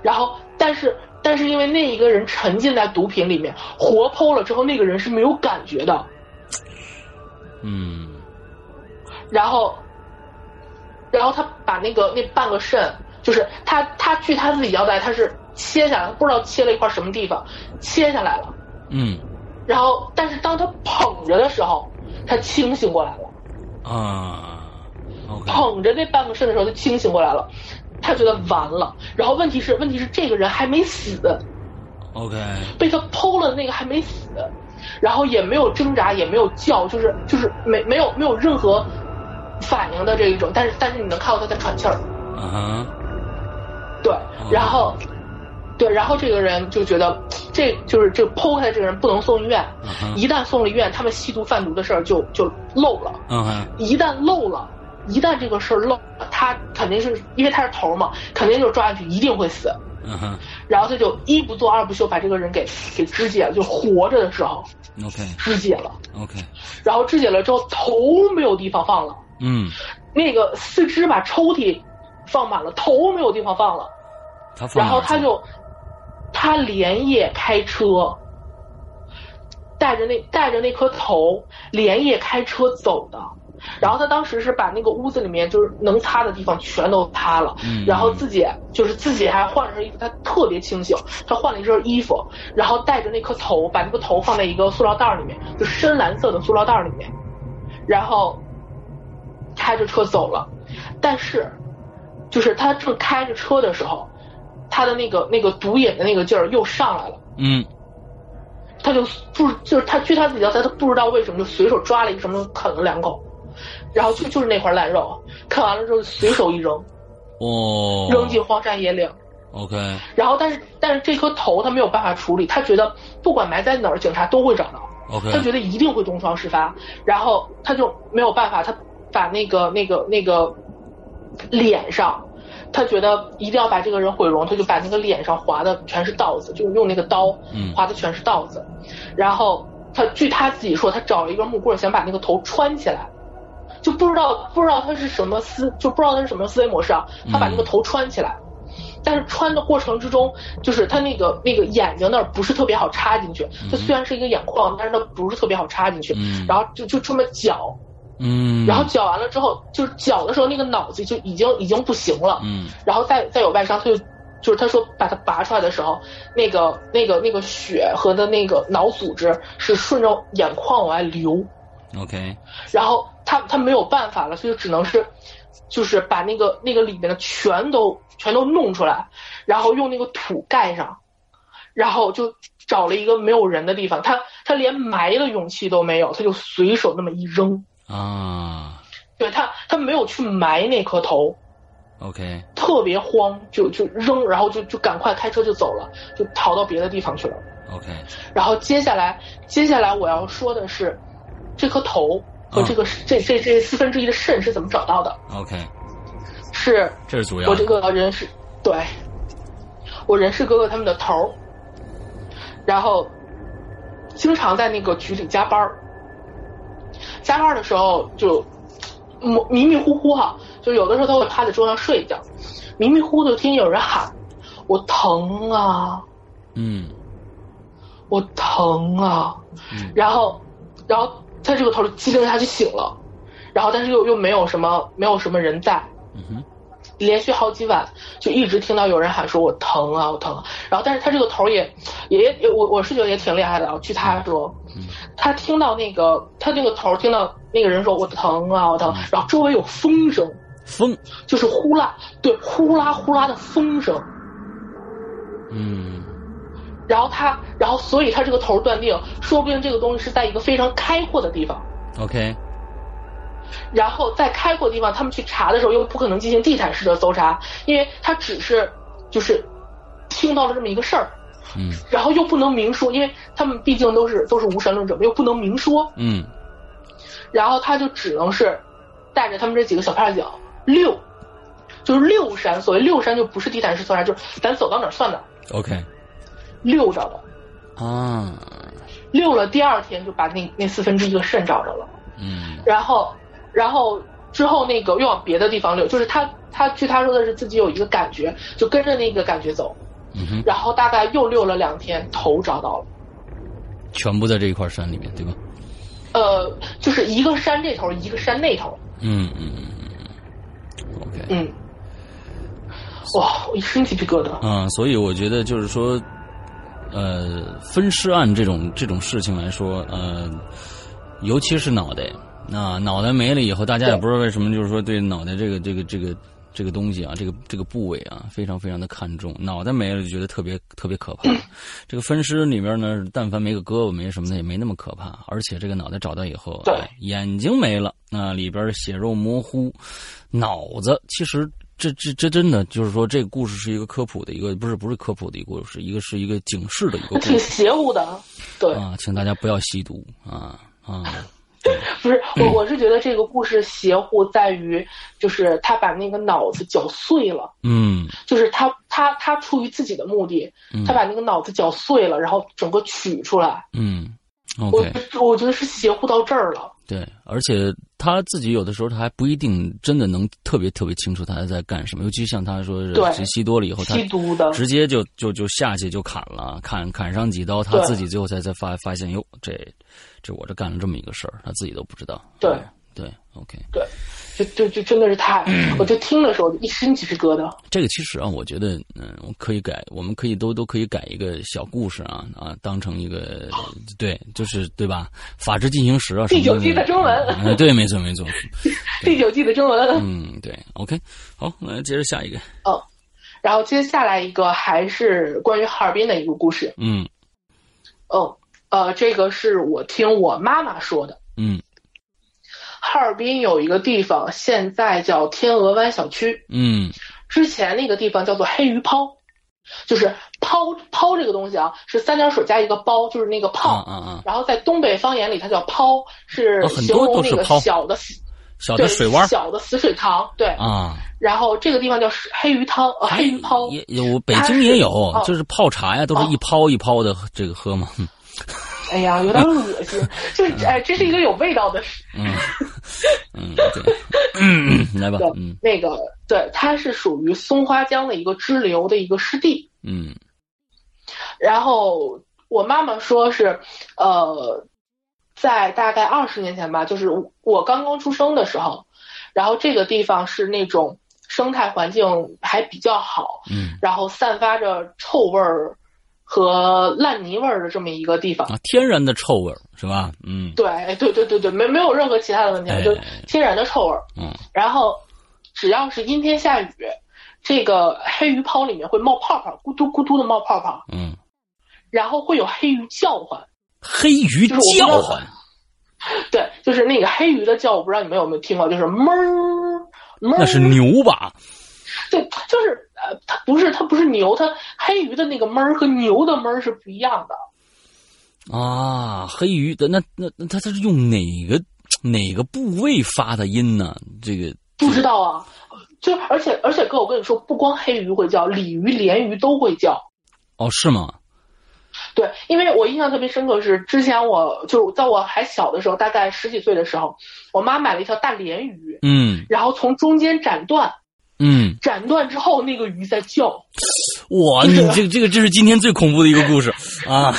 C: 然后，但是但是因为那一个人沉浸在毒品里面，活剖了之后，那个人是没有感觉的。
A: 嗯
C: 然后，然后他把那个那半个肾，就是他他据他自己交代，他是切下来，不知道切了一块什么地方，切下来了。
A: 嗯
C: 然后，但是当他捧着的时候，他清醒过来了。
A: 啊，OK，
C: 捧着那半个肾的时候，他清醒过来了，他觉得完了。然后问题是，问题是这个人还没死，
A: OK，
C: 被他剖了的那个还没死，然后也没有挣扎，也没有叫，就是就是没没有没有任何反应的这一种。但是但是你能看到他在喘气儿，
A: 嗯哼，
C: 对，然后。对，然后这个人就觉得，这就是这剖开的这个人不能送医院，
A: 嗯哼，
C: 一旦送了医院，他们吸毒贩毒的事儿就就漏了。
A: 嗯哼，
C: 一旦漏了，一旦这个事儿漏了，他肯定是因为他是头儿嘛，肯定就抓进去，一定会死。
A: 嗯哼
C: 然后他就一不做二不休，把这个人给给肢解了，就活着的时候
A: ，OK，OK，
C: 肢解了。然后肢解了之后，头没有地方放了，
A: 嗯，
C: 那个四肢把抽屉放满了，头没有地方放了。
A: 他放
C: 然
A: 哪儿
C: 后他
A: 去
C: 就他连夜开车，带着那带着那颗头连夜开车走的，然后他当时是把那个屋子里面就是能擦的地方全都擦了，
A: 嗯
C: 然后自己就是自己还换了身衣服，他特别清醒，他换了一身衣服，然后带着那颗头，把那个头放在一个塑料袋儿里面，就深蓝色的塑料袋儿里面，然后开着车走了。但是，就是他正开着车的时候，他的那个那个毒瘾的那个劲儿又上来了。
A: 嗯
C: 他就不就是他据他自己交代，他不知道为什么就随手抓了一个什么东西啃了两口，然后就就是那块烂肉，啃完了之后随手一扔，
A: 哦，
C: 扔进荒山野岭。
A: OK，
C: 然后但是但是这颗头他没有办法处理，他觉得不管埋在哪儿，警察都会找到，
A: OK，
C: 他觉得一定会东窗事发，然后他就没有办法，他把那个那个那个脸上。他觉得一定要把这个人毁容，他就把那个脸上划的全是刀子，就用那个刀，
A: 嗯
C: 划的全是道子。然后他据他自己说，他找了一根木棍儿想把那个头穿起来，就不知道不知道他是什么思，就不知道他是什么思维模式啊。
A: 嗯
C: 他把那个头穿起来，但是穿的过程之中，就是他那个那个眼睛那儿不是特别好插进去。他虽然是一个眼眶，但是它不是特别好插进去。
A: 嗯，
C: 然
A: 后
C: 后就就这么绞，
A: 嗯，
C: 然后绞完了之后，就是绞的时候那个脑子就已经已经不行了。
A: 嗯
C: 然后再再有外伤，他就就是他说把它拔出来的时候，那个那个那个血和的那个脑组织是顺着眼眶往外流，
A: OK，
C: 然后他他没有办法了，所以只能是就是把那个那个里面的全都全都弄出来，然后用那个土盖上，然后就找了一个没有人的地方，他他连埋的勇气都没有，他就随手那么一扔，
A: 啊
C: 对他他没有去埋那颗头，
A: ，OK，
C: 特别慌，就就扔，然后就就赶快开车就走了，就逃到别的地方去了。
A: OK，
C: 然后接下来，接下来我要说的是，这颗头和这个、这这这四分之一的肾是怎么找到的？
A: OK，
C: 是
A: 这是主要
C: 我
A: 的
C: 这个人是，对，我人事哥哥他们的头儿，然后经常在那个局里加班儿，加班儿的时候就模迷迷糊糊哈、就有的时候他会趴在桌上睡一觉，迷迷糊糊的听有人喊我疼啊，
A: 嗯
C: 我疼啊，
A: 嗯
C: 然后，然后他这个头儿机灵一下就醒了，然后但是又又没有什么没有什么人在，
A: 嗯哼
C: 连续好几晚就一直听到有人喊说“我疼啊，我疼啊”，然后但是他这个头儿也也也我我是觉得也挺厉害的啊。据他说，
A: 嗯
C: 他听到那个他那个头儿听到那个人说“我疼啊，我疼啊”，然后周围有风声，
A: 风，
C: 就是呼啦对呼啦呼啦的风声，
A: 嗯
C: 然后他然后所以他这个头儿断定，说不定这个东西是在一个非常开阔的地方。
A: ，OK，
C: 然后在开阔的地方，他们去查的时候又不可能进行地毯式的搜查，因为他只是就是听到了这么一个事儿，
A: 嗯
C: 然后又不能明说，因为他们毕竟都是都是无神论者，又不能明说，
A: 嗯
C: 然后他就只能是带着他们这几个小胖脚溜，就是溜山。所谓溜山，就不是地毯式搜查，就是咱走到哪儿算哪儿，
A: ，OK，
C: 溜着的。
A: 啊，
C: 溜了第二天就把那那四分之一个肾找着了。
A: 嗯
C: 然后，然后之后那个又往别的地方溜，就是他他据他说的是自己有一个感觉，就跟着那个感觉走，
A: 嗯哼，
C: 然后大概又溜了两天，头找到了。
A: 全部在这一块山里面，对吧？
C: 呃，就是一个山这头，一个山那头，
A: 嗯嗯嗯嗯，OK，
C: 嗯，哇，我一身鸡皮疙瘩。
A: 啊，所以我觉得就是说，呃，分尸案这种这种事情来说，呃，尤其是脑袋，那、脑袋没了以后，大家也
C: 对
A: 不知道为什么，就是说对脑袋这个这个这个这个东西啊，这个这个部位啊，非常非常的看重。脑袋没了就觉得特别特别可 (clears throat) 怕。这个分尸里面呢，但凡没个胳膊没什么的，也没那么可怕。而且这个脑袋找到以后，
C: 对
A: 哎眼睛没了，那、里边血肉模糊，脑子其实。这这这真的就是说，这个故事是一个科普的一个，不是不是科普的一个故事，一个是一个警示的一个
C: 那
A: 故事
C: 挺。邪乎的，对，
A: 啊，请大家不要吸毒啊啊！
C: 不是
A: 嗯
C: 我，我是觉得这个故事邪乎在于，就是他把那个脑子绞碎了，
A: 嗯
C: 就是他他他出于自己的目的，
A: 嗯
C: 他把那个脑子绞碎了，然后整个取出来，
A: 嗯
C: 我
A: ，OK，
C: 我觉得是邪乎到这儿了。
A: 对，而且他自己有的时候他还不一定真的能特别特别清楚他在干什么，尤其像他说是
C: 对
A: 吸吸多了以后，他
C: 吸毒的，
A: 直接就就就下去就砍了，砍砍上几刀，他
C: 对
A: 自己最后才才发发现，哟，这这我这干了这么一个事儿，他自己都不知道。
C: 对
A: 哎对，OK，
C: 对，就就就真的是太，
A: 嗯
C: 我就听的时候一身鸡皮疙瘩。
A: 这个其实啊，我觉得，嗯，我可以改，我们可以都都可以改一个小故事啊啊，当成一个对，就是对吧？法制进行时啊，
C: 啊第九季的中文，
A: 嗯，对，没错没错，
C: 第九季的中文，
A: 嗯，对，OK，好，那接着下一个
C: 哦，然后接下来一个还是关于哈尔滨的一个故事，
A: 嗯，
C: 哦，呃，这个是我听我妈妈说的，
A: 嗯
C: 哈尔滨有一个地方，现在叫天鹅湾小区。
A: 嗯
C: 之前那个地方叫做黑鱼泡，就是泡泡这个东西啊，是三点水加一个包，就是那个
A: 啊
C: 泡。
A: 啊啊，
C: 然后在东北方言里，它叫泡，是
A: 啊很
C: 形
A: 多
C: 容
A: 都是
C: 那个
A: 泡
C: 小的死
A: 小的水湾
C: 对小的死水塘。对，
A: 啊，哎
C: 然后这个地方叫是黑鱼汤，呃，黑鱼泡。
A: 也有北京也有
C: 它，是哦哦
A: 就是泡茶呀，都是一泡一泡的这个喝嘛，嗯
C: 哎呀，有点恶
A: (laughs)
C: 心，就是哎，这是一个有味道的事 (laughs)
A: 嗯嗯，对，嗯来吧
C: 对，
A: 嗯
C: 那个，对，它是属于松花江的一个支流的一个湿地。
A: 嗯
C: 然后我妈妈说是，呃，在大概二十年前吧，就是我我刚刚出生的时候，然后这个地方是那种生态环境还比较好，
A: 嗯
C: 然后散发着臭味儿和烂泥味儿的这么一个地方。
A: 啊，天然的臭味儿是吧？嗯
C: 对，对，对，对，对，没没有任何其他的问题，
A: 哎
C: 就是天然的臭味儿。
A: 嗯
C: 然后只要是阴天下雨，这个黑鱼泡里面会冒泡泡，咕嘟咕嘟的冒泡泡，
A: 嗯，
C: 然后会有黑鱼叫唤。
A: 黑鱼叫唤，
C: 对，就是那个黑鱼的叫，我不知道你们有没有听过，就是哞儿哞儿，
A: 那是牛吧？
C: 对，就是呃，它不是它不是牛，它黑鱼的那个哞儿和牛的哞儿是不一样的。
A: 啊，黑鱼的那那那它它是用哪个哪个部位发的音呢？这个
C: 不知道啊，就而且而且哥，我跟你说，不光黑鱼会叫，鲤鱼、鲢鱼都会叫。
A: 哦是吗？
C: 对，因为我印象特别深刻是，之前我就是在我还小的时候，大概十几岁的时候，我妈买了一条大鲢鱼，
A: 嗯
C: 然后从中间斩断，
A: 嗯，
C: 斩断之后那个鱼在叫， (laughs)
A: 哇，你这个这个这是今天最恐怖的一个故事啊！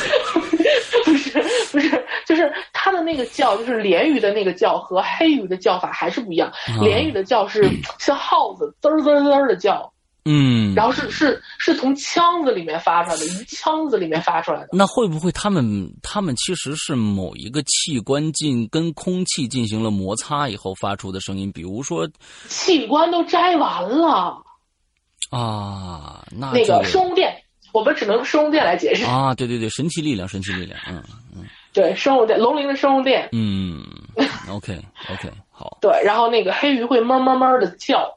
C: 不是不是，就是它的那个叫，就是鲢鱼的那个叫和黑鱼的叫法还是不一样。
A: 啊
C: 鲢鱼的叫是像耗子滋儿滋儿滋儿的叫，
A: 嗯，
C: 然后是是是从腔子里面发出来的，鱼腔子里面发出来的。
A: 那会不会他们他们其实是某一个器官进跟空气进行了摩擦以后发出的声音？比如说
C: 器官都摘完了，
A: 啊，那
C: 那
A: 这
C: 个生物电，我们只能生物电来解释。
A: 啊，对对对，神奇力量，神奇力量，嗯
C: 对，生物电，龙鳞的生物电。
A: 嗯，OK OK，好，
C: 对，然后那个黑鱼会哞哞哞的叫，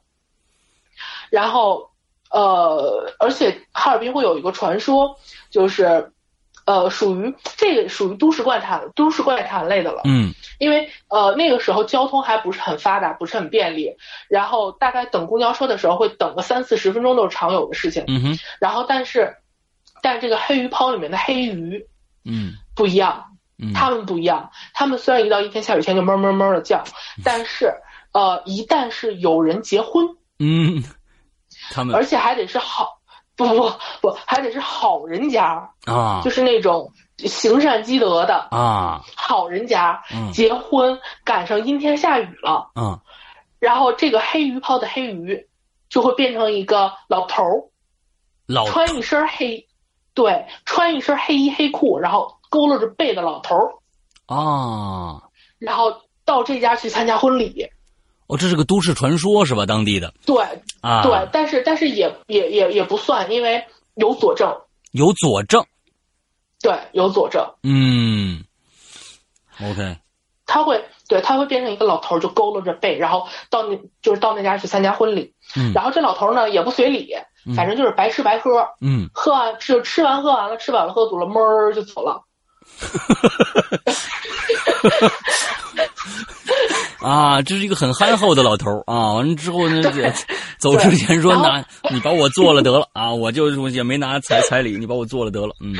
C: 然后呃，而且哈尔滨会有一个传说，就是呃，属于这个属于都市怪谈、都市怪谈类的了，
A: 嗯
C: 因为呃那个时候交通还不是很发达，不是很便利，然后大概等公交车的时候会等个三四十分钟都是常有的事情，
A: 嗯哼，
C: 然后但是但这个黑鱼泡里面的黑鱼
A: 嗯
C: 不一样，
A: 嗯，
C: 他们不一样，他们虽然一到阴天下雨天就哞哞哞的叫，但是呃，一旦是有人结婚，
A: 嗯，他们
C: 而且还得是好，不不不，还得是好人家，
A: 啊
C: 就是那种行善积德的
A: 啊
C: 好人家
A: 嗯
C: 结婚，赶上阴天下雨了，
A: 啊
C: 然后这个黑鱼泡的黑鱼就会变成一个老头儿，
A: 老
C: 穿一身黑，对，穿一身黑衣黑裤，然后佝偻着背的老头儿，
A: 啊，
C: 然后到这家去参加婚礼。
A: 哦，这是个都市传说是吧？当地的
C: 对
A: 啊，
C: 对，，但是但是也也也也不算，因为有佐证，
A: 有佐证，
C: 对，有佐证，
A: 嗯，OK，
C: 他会对他会变成一个老头儿，就佝偻着背，然后到那就是到那家去参加婚礼，
A: 嗯
C: 然后这老头儿呢也不随礼，
A: 嗯
C: 反正就是白吃白喝，
A: 嗯，
C: 喝完就吃完喝完了，吃饱了喝足了，哞儿就走了。
A: 啊，这是一个很憨厚的老头儿啊。完了之后呢，走之前说
C: 然后
A: 拿你把我做了得了啊，我就我也没拿彩彩礼，你把我做了得了，嗯，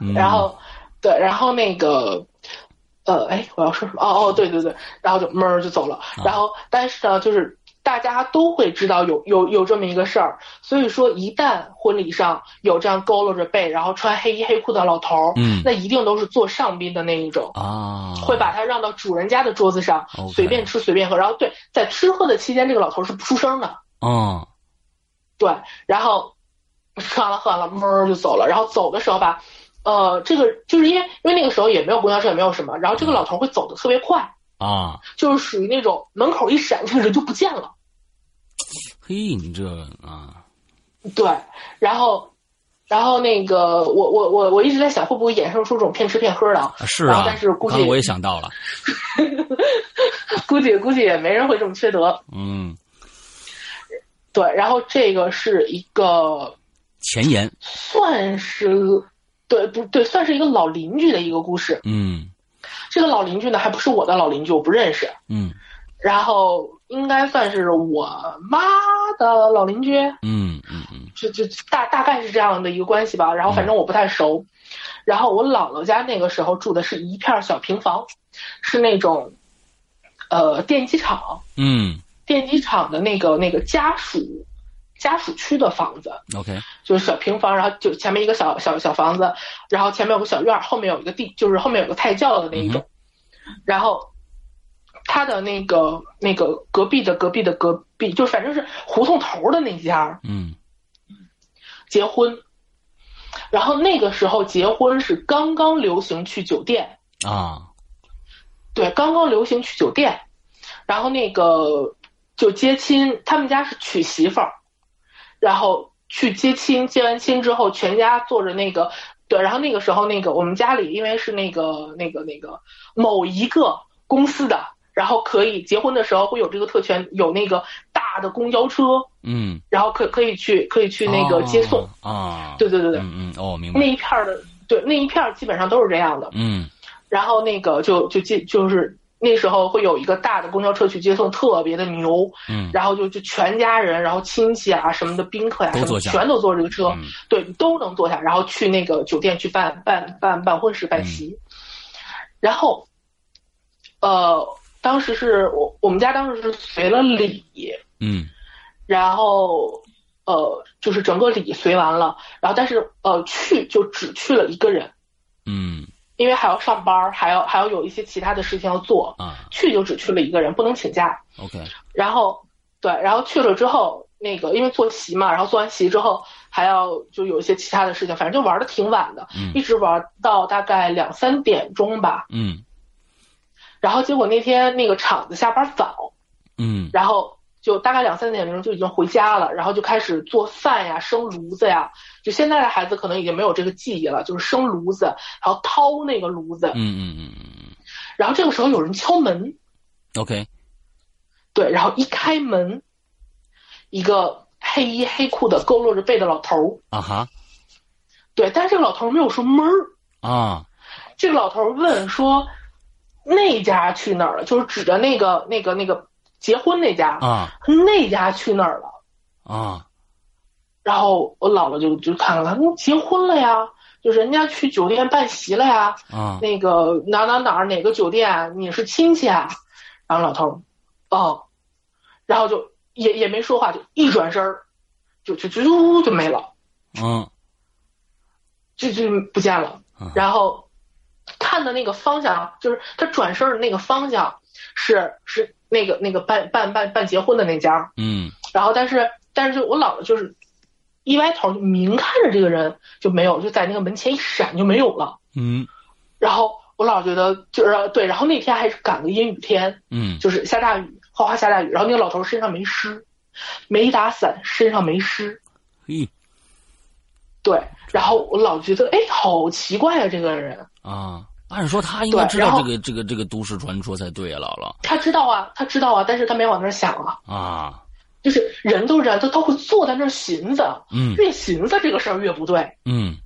A: 嗯
C: 然后，对，然后那个，
A: 啊
C: 呃，哎，我要说什么？哦哦，对对对，然后就哞儿就走了。然后，但是呢，就是大家都会知道有有有这么一个事儿，所以说一旦婚礼上有这样佝偻着背，然后穿黑衣黑裤的老头儿，
A: 嗯
C: 那一定都是做上宾的那一种，
A: 啊，
C: 会把他让到主人家的桌子上
A: OK
C: 随便吃随便喝。然后对，在吃喝的期间，这个老头儿是不出声的，
A: 嗯
C: 对，然后吃完了喝完了，哞儿就走了。然后走的时候吧，呃，这个就是因为因为那个时候也没有公交车，也没有什么，然后这个老头儿会走的特别快，
A: 啊，
C: 就是属于那种门口一闪，这个人就不见了。
A: 嘿，你这个啊，
C: 对，然后，然后那个，我我我我一直在想，会不会衍生出这种骗吃骗喝的啊？
A: 是
C: 然
A: 啊
C: 后，但是估
A: 刚才
C: 计
A: 我也 (laughs) 想到了，
C: (laughs) 估计估计也没人会这么缺德。
A: 嗯，
C: 对，然后这个是一个
A: 前言，
C: 算是对不对，算是一个老邻居的一个故事。
A: 嗯
C: 这个老邻居呢，还不是我的老邻居，我不认识。
A: 嗯
C: 然后应该算是我妈的老邻居，
A: 嗯嗯嗯
C: 就就大大概是这样的一个关系吧。然后反正我不太熟。然后我姥姥家那个时候住的是一片小平房，是那种，呃，电机厂
A: 嗯
C: 电机厂的那个那个家属家属区的房子，
A: ，OK，
C: 就是小平房，然后就前面一个小小小房子，然后前面有个小院儿，后面有一个地，就是后面有个太教的那一种。然后他的那个那个隔壁的隔壁的隔壁，就反正是胡同头的那家
A: 嗯
C: 结婚，然后那个时候结婚是刚刚流行去酒店，
A: 啊，
C: 对，刚刚流行去酒店，然后那个就接亲，他们家是娶媳妇儿，然后去接亲，接完亲之后，全家坐着那个，对，然后那个时候那个我们家里因为是那个那个那个某一个公司的，然后可以结婚的时候会有这个特权，有那个大的公交车，
A: 嗯，
C: 然后可可以去可以去那个接送，
A: 啊，
C: 对对对对，
A: 嗯嗯，哦，明
C: 那
A: 白，
C: 一片儿的对那一片儿基本上都是这样的，
A: 嗯
C: 然后那个就就接就是那时候会有一个大的公交车去接送，特别的牛。
A: 嗯
C: 然后就就全家人，然后亲戚啊什么的，宾客呀、
A: 都
C: 什
A: 坐
C: 么
A: 下
C: 全都坐这个车，
A: 嗯
C: 对，都能坐下，然后去那个酒店去办办办办婚事
A: 嗯
C: 办席。然后，呃，当时是我我们家当时是随了礼，
A: 嗯
C: 然后呃就是整个礼随完了，然后但是呃去就只去了一个人，
A: 嗯
C: 因为还要上班儿，还要还要有一些其他的事情要做，
A: 啊
C: 去就只去了一个人，不能请假。
A: ，OK，
C: 然后对，然后去了之后，那个因为坐席嘛，然后做完席之后还要就有一些其他的事情，反正就玩的挺晚的，
A: 嗯
C: 一直玩到大概两三点钟吧。
A: 嗯
C: 然后结果那天那个厂子下班早，
A: 嗯
C: 然后。就大概两三点钟就已经回家了，然后就开始做饭呀、生炉子呀。就现在的孩子可能已经没有这个记忆了，就是生炉子，然后掏那个炉子
A: 嗯。嗯嗯嗯
C: 然后这个时候有人敲门，
A: ，OK，
C: 对，然后一开门，一个黑衣黑裤的佝偻着背的老头儿，
A: 啊哈，
C: 对，但是这个老头儿没有说门儿。
A: 啊，
C: 这个老头儿问说：“那家去哪儿了？”就是指着那个那个那个结婚那家，
A: 啊
C: 那家去哪儿了？
A: 啊，
C: 然后我姥姥就就看了看，嗯结婚了呀，就人家去酒店办席了呀，
A: 啊，
C: 那个哪哪哪儿哪个酒店啊，你是亲戚啊？然后老头儿，哦，然后就也也没说话，就一转身儿，就就就就就没了，
A: 嗯
C: 就就不见了
A: 嗯。
C: 然后看的那个方向，就是他转身儿的那个方向是是那个那个办办办办结婚的那家，
A: 嗯
C: 然后但是但是就我姥姥就是一歪头，就明看着这个人就没有，就在那个门前一闪就没有了。
A: 嗯
C: 然后我老觉得就是对，然后那天还是赶个阴雨天，
A: 嗯
C: 就是下大雨，哗哗下大雨，然后那个老头身上没湿，没打伞，身上没湿，
A: 嘿
C: 对，然后我老觉得哎，好奇怪啊，这个人，
A: 啊，按说他应该
C: 对
A: 知道
C: 然后
A: 这个这个这个都市传说才对啊，姥姥
C: 他知道啊，他知道啊，但是他没往那儿想啊，
A: 啊，
C: 就是人都是这样，他他会坐在那儿寻思，
A: 嗯
C: 越寻思这个事儿越不对。
A: 嗯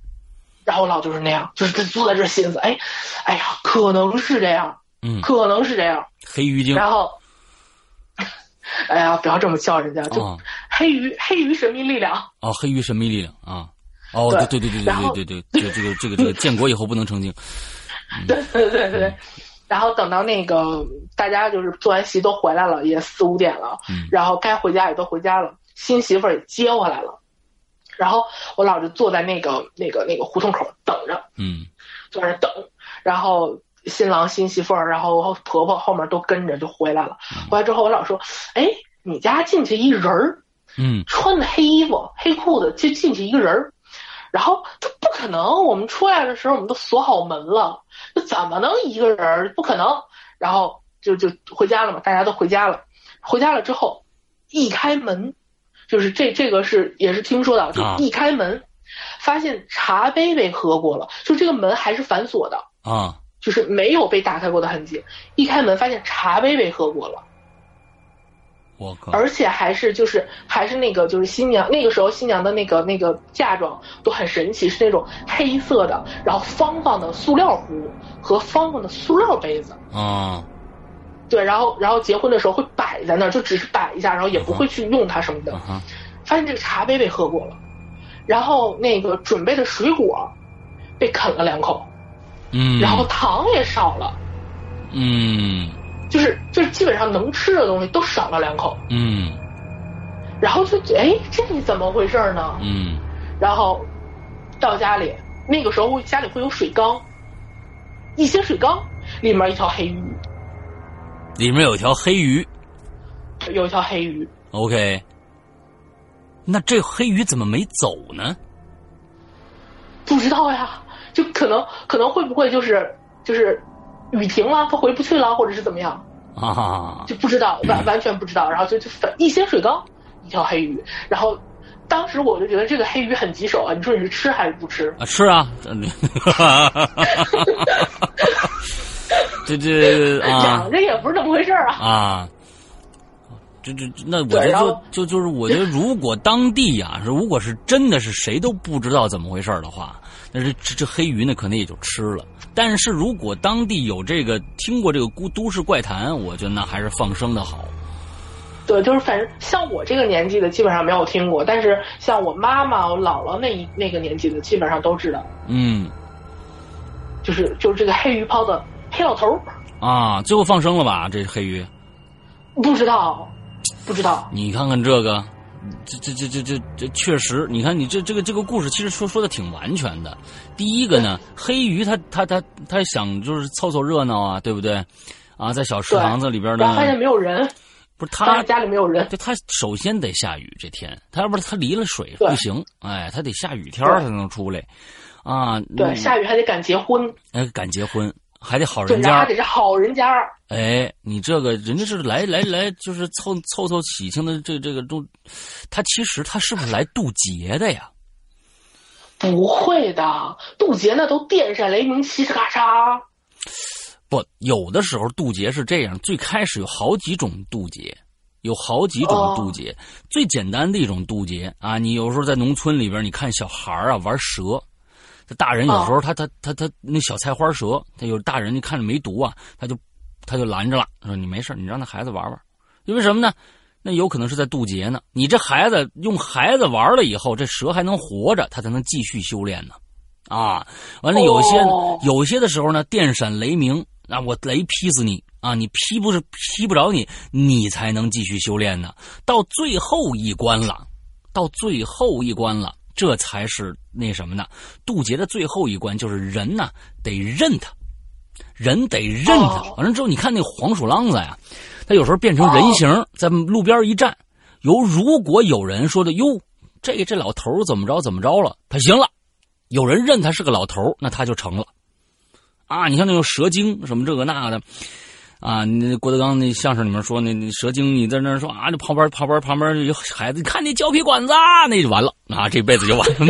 C: 然后我老就是那样，就是他坐在这儿寻思，哎，哎呀，可能是这样，
A: 嗯，
C: 可能是这样。
A: 黑鱼精
C: 然后，哎呀，不要这么叫人家，就
A: 啊
C: (laughs) 黑鱼黑鱼神秘力量，
A: 哦，黑鱼神秘力量啊。哦，对
C: 对
A: 对对
C: 然后 (laughs)
A: 对对对对，这这个这个这个建国以后不能成精，
C: 对对对对。然后等到那个大家就是做完席都回来了，也四五点了，
A: 嗯
C: 然后该回家也都回家了，新媳妇儿也接回来了。然后我姥就坐在那个那个那个胡同口等着，
A: 嗯
C: 坐那儿等，然后新郎新媳妇儿，然后婆婆后面都跟着就回来了。回来之后，我姥说：“哎，你家进去一人儿，
A: 嗯
C: 穿的黑衣服、黑裤子，就进去一个人儿。然后这不可能，我们出来的时候我们都锁好门了，这怎么能一个人儿？不可能。然后就就回家了嘛，大家都回家了。回家了之后，一开门，就是这这个是也是听说的，就
A: 啊
C: 一开门，发现茶杯被喝过了，就这个门还是反锁的，
A: 啊，
C: 就是没有被打开过的痕迹。一开门发现茶杯被喝过了。
A: 我靠，
C: 而且还是就是还是那个就是新娘那个时候新娘的那个那个嫁妆都很神奇，是那种黑色的，然后方方的塑料壶和方方的塑料杯子。
A: 啊
C: 对，然后然后结婚的时候会摆在那儿，就只是摆一下，然后也不会去用它什么的
A: 啊。哈，
C: 发现这个茶杯被喝过了，然后那个准备的水果被啃了两口，
A: 嗯，
C: 然后糖也少了，
A: 嗯
C: 就是就是基本上能吃的东西都少了两口，
A: 嗯
C: 然后就觉得哎这怎么回事儿呢？
A: 嗯
C: 然后到家里，那个时候家里会有水缸，一些水缸里面一条黑鱼，
A: 里面有条黑鱼
C: 有一条黑鱼，
A: ，OK。那这黑鱼怎么没走呢？
C: 不知道呀，就可能可能会不会就是就是雨停了，它回不去了，或者是怎么样，
A: 啊，
C: 就不知道完完全不知道，然后就就反一些水缸一条黑鱼，然后。当时我就觉得这个黑鱼很棘手啊！你说你是吃还是不吃？
A: 啊，是啊，这这啊
C: 养着也不是那么回事儿啊！
A: 啊，这这那我
C: 对
A: 觉得
C: 然
A: 就
C: 后
A: 就就是我觉得，如果当地呀、如果是真的是谁都不知道怎么回事儿的话，那这这这黑鱼呢，可能也就吃了。但是如果当地有这个听过这个孤都市怪谈，我觉得那还是放生的好。
C: 对，就是反正像我这个年纪的基本上没有听过，但是像我妈妈、我姥姥那一那个年纪的基本上都知道，
A: 嗯
C: 就是就是这个黑鱼泡的黑老头儿
A: 啊，最后放生了吧？这黑鱼，
C: 不知道，不知道，
A: 你看看这个，这这这这这这确实，你看你这这个这个故事其实说说的挺完全的。第一个呢，黑鱼他他他他想就是凑凑热闹啊，对不对？啊，在小池塘子里边
C: 然后发现
A: 呢，
C: 没有人，
A: 不是
C: 发
A: 他
C: 现，家里没有人，
A: 对他首先得下雨这天，他要不然他离了水
C: 对
A: 不行，哎，他得下雨天儿
C: 对
A: 才能出来，啊，
C: 对，
A: 嗯
C: 下雨还得赶结婚，
A: 哎赶结婚还得好
C: 对，
A: 人
C: 然后
A: 家
C: 还，得是好人家，
A: 哎，你这个人家是来来来，就是凑凑凑喜庆的这这个中，他其实他是不是来渡劫的呀？
C: 不会的，渡劫那都电闪雷鸣、嘁哧咔嚓，
A: 不，有的时候渡劫是这样，最开始有好几种渡劫，有好几种
C: 哦
A: 渡劫。最简单的一种渡劫啊，你有时候在农村里边，你看小孩儿啊玩蛇，这大人有时候他、他他他那小菜花蛇，他有大人就看着没毒啊，他就他就拦着了，说你没事儿，你让那孩子玩玩，因为什么呢？那有可能是在渡劫呢。你这孩子用孩子玩了以后，这蛇还能活着，他才能继续修炼呢。啊，完了有些、
C: 哦
A: 有些的时候呢，电闪雷鸣，啊，我雷劈死你啊！你劈不是劈不着你，你才能继续修炼呢。到最后一关了，到最后一关了，这才是那什么呢？渡劫的最后一关就是人呐，得认他，人得认他
C: 哦。
A: 完了之后，你看那黄鼠狼子呀，它有时候变成人形，
C: 哦
A: 在路边一站。有如果有人说的哟，这这老头儿怎么着怎么着了，他行了，有人认他是个老头儿那他就成了。啊，你像那种蛇精什么这个那的，啊，那郭德纲那相声里面说那那蛇精，你在那儿说啊，这旁边旁边旁边有孩子，你看那胶皮管子啊，那就完了啊，这辈子就完了 (laughs)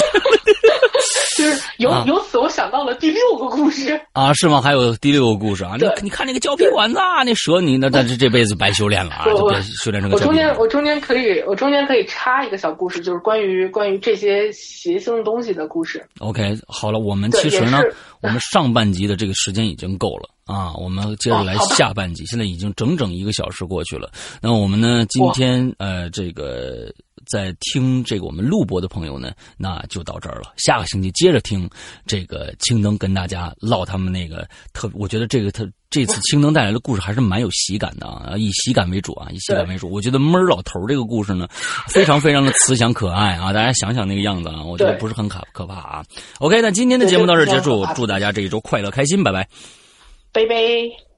C: 就是由、
A: 啊
C: 由此我想到了第六个故事，
A: 啊，是吗？还有第六个故事啊，你
C: 对
A: 你看那个胶皮管子啊，那蛇你那那这这辈子白修炼了啊，
C: 我
A: 就
C: 我
A: 别修炼成个
C: 我
A: 胶
C: 中
A: 皮管
C: 间
A: 子。
C: 我中间可以我中间可以插一个小故事，就是关于关于这些邪性东西的故事，
A: OK，好了，我们
C: 对
A: 其实呢
C: 也是，
A: 我们上半集的这个时间已经够了啊，我们接着来
C: 哦好吧
A: 下半集，现在已经整整一个小时过去了。那我们呢，今天呃，这个在听这个我们录播的朋友呢，那就到这儿了。下个星期接着听这个青灯跟大家唠他们那个特，我觉得这个特这次青灯带来的故事还是蛮有喜感的啊，以喜感为主啊，以喜感为主。我觉得闷儿老头这个故事呢，非常非常的慈祥可爱啊，大家想想那个样子啊，我觉得不是很可可怕啊。OK，那今天的节目到这儿结束，祝大家这一周快乐开心，拜拜，
C: 拜拜。